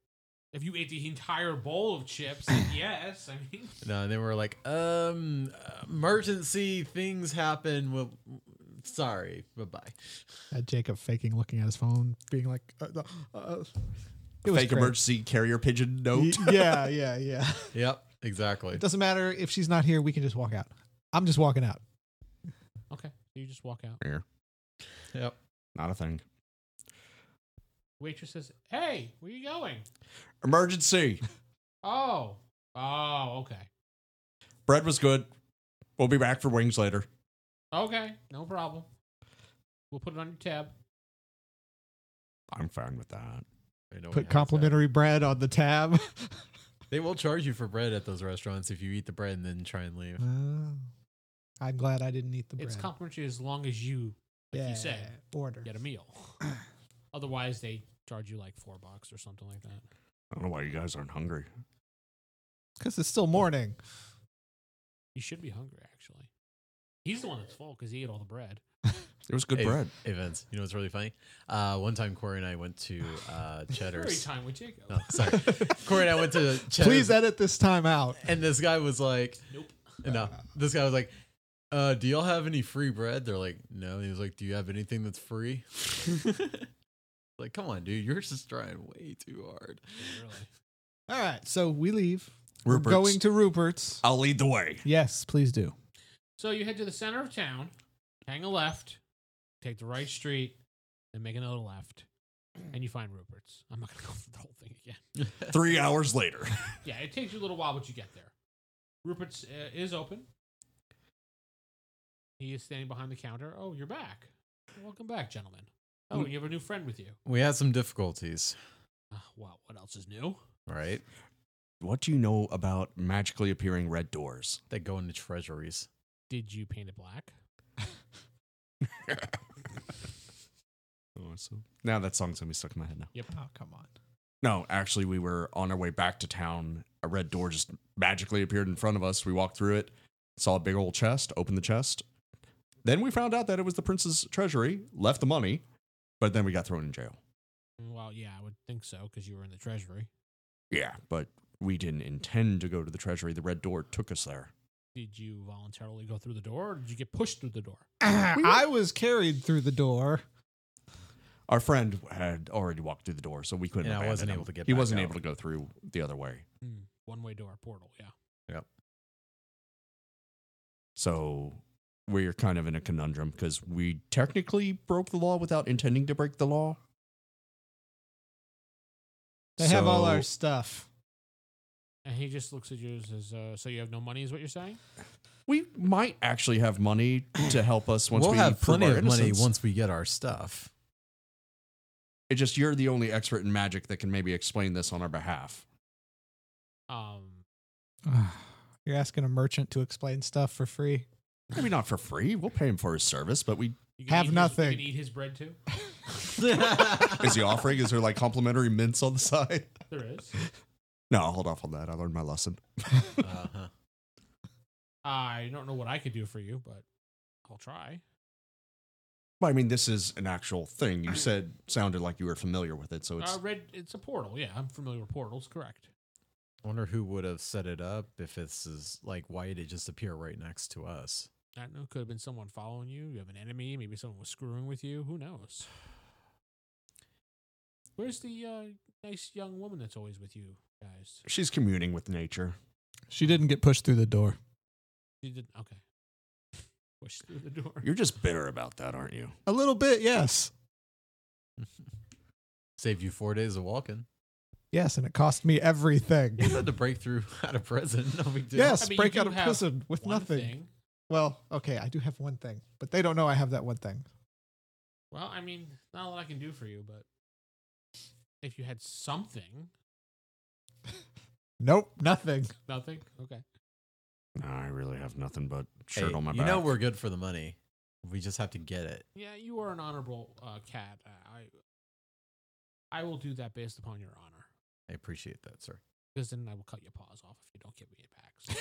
if you ate the entire bowl of chips, then yes. I mean,
no and then we are like um emergency things happen well sorry bye-bye
Uh, Jacob faking looking at his phone, being like, uh, uh, uh, it was
Fake
great.
emergency carrier pigeon note.
Y- yeah, yeah, yeah.
yep exactly
It doesn't matter if she's not here. We can just walk out. I'm just walking out.
okay. So you just walk out.
yep
Not a thing.
Waitress says, "Hey, where you going?"
Emergency.
Oh, oh, okay,
Bread was good. We'll be back for wings later.
okay, no problem. We'll put it on your tab.
I'm fine with that.
I know we
Put
have that.
complimentary bread on the tab.
they will charge you for bread at those restaurants if you eat the bread and then try and leave
Wow. Uh, I'm glad I didn't eat the bread.
It's complimentary as long as you, like you said,
order.
get a meal. Otherwise, they charge you like four bucks or something like that.
I don't know why you guys aren't hungry.
Because it's still morning.
You should be hungry, actually. He's the one that's full because he ate all the bread.
It was good
Hey,
bread.
hey Vince, you know what's really funny uh one time corey and i went to uh
Every
cheddar's
time with Jacob.
No, sorry. Corey and I went to Cheddar's,
Please edit this time out.
and this guy was like,
Nope.
"No." This guy was like, uh, "Do y'all have any free bread?" They're like, "No." And he was like, "Do you have anything that's free?" like, come on, dude, you're just trying way too hard.
Really.
All right, so we leave.
Rupert's.
We're going to Rupert's.
I'll lead the way.
Yes, please do.
So you head to the center of town, hang a left, take the right street, then make another left, and you find Rupert's. I'm not going to go through the whole thing again.
Three hours later.
Yeah, it takes you a little while, but you get there. Rupert's uh, is open. He is standing behind the counter. Oh, you're back. Welcome back, gentlemen. Oh, you have a new friend with you.
We had some difficulties,
Uh, well, what else is new?
right?
What do you know about magically appearing red doors?
That go into treasuries.
Did you paint it black?
Awesome. Now that song's gonna be stuck in my head now.
Oh, come on.
No, actually, we were on our way back to town. A red door just magically appeared in front of us. We walked through it, saw a big old chest, opened the chest. Then we found out that it was the prince's treasury, left the money, but then we got thrown in jail.
Well, yeah, I would think so because you were in the treasury.
Yeah, but we didn't intend to go to the treasury. The red door took us there.
Did you voluntarily go through the door or did you get pushed through the door?
I was carried through the door.
Our friend had already walked through the door, so we couldn't.
And I
abandon
wasn't
him.
able to get
He
back
wasn't
out.
able to go through the other way.
Hmm. One way door, portal, yeah.
So we're kind of in a conundrum because we technically broke the law without intending to break the law.
They have all our
So-
stuff.
And he just looks at you and says, uh, So you have no money, is what you're saying?
We might actually have money to help us once
we'll
we
have
prove
plenty
our
of money
innocence.
once we get our stuff.
It's just you're the only expert in magic that can maybe explain this on our behalf.
Um,
You're asking a merchant to explain stuff for free.
Maybe not for free. We'll pay him for his service, but we
you
Have
eat his-
nothing.
you can eat his bread too?
is he offering? Is there like complimentary mints on the side?
There is.
No, I'll hold off on that. I learned my lesson.
Uh-huh.
I don't know what I could do for you, but I'll try.
But I mean, this is an actual thing. You said sounded like you were familiar with it, so it's
Uh, red, it's a portal. Yeah, I'm familiar with portals, correct.
I wonder who would have set it up if this is like why did it just appear right next to us?
I don't know. Could have been someone following you. You have an enemy. Maybe someone was screwing with you. Who knows? Where's the uh, nice young woman that's always with you guys?
she's communing with nature.
She didn't get pushed through the door.
She did. Okay. push through the door.
You're just bitter about that, aren't you?
A little bit, yes.
Saved you four days of walking.
Yes, and it cost me everything.
You had to break through out of prison. No big deal.
Yes,
I mean, you
break
do
out of
have
prison with
One
nothing.
thing-
Well, okay, I do have one thing, but they don't know I have that one thing.
Well, I mean, not a lot I can do for you, but if you had something,
Nope, nothing.
nothing. Okay.
No, I really have nothing but
Hey,
shirt on my
you
back.
know we're good for the money. We just have to get it.
Yeah, you are an honorable uh, cat. I I will do that based upon your honor,
I appreciate that, sir.
because then I will cut your paws off if you don't give me it back. So,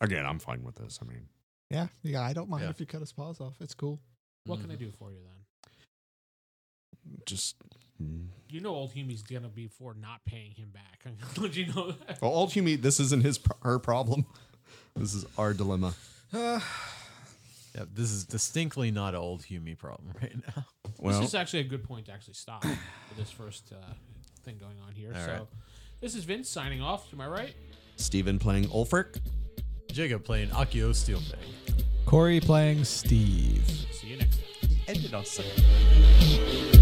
Again, I'm fine with this. I mean,
Yeah, yeah, I don't mind
Yeah.
if you cut his paws off. It's cool.
what can I
Mhm.
do for you then?
just. mm.
You know, old Hume's gonna be for not paying him back. Did you know that?
Oh,
Well, all you meet, this isn't his her problem. This is our dilemma.
Yeah, Mm-hmm. this is distinctly not an old Hume problem right now.
Well,
this is actually a good point to actually stop for this first uh, thing going on here.
All
so,
right.
this is Vince signing off. To my right.
Steven playing Ulfric.
Jacob playing Akio Steel Bag.
Corey playing Steve.
See you next time.
Ended on second.
Bye.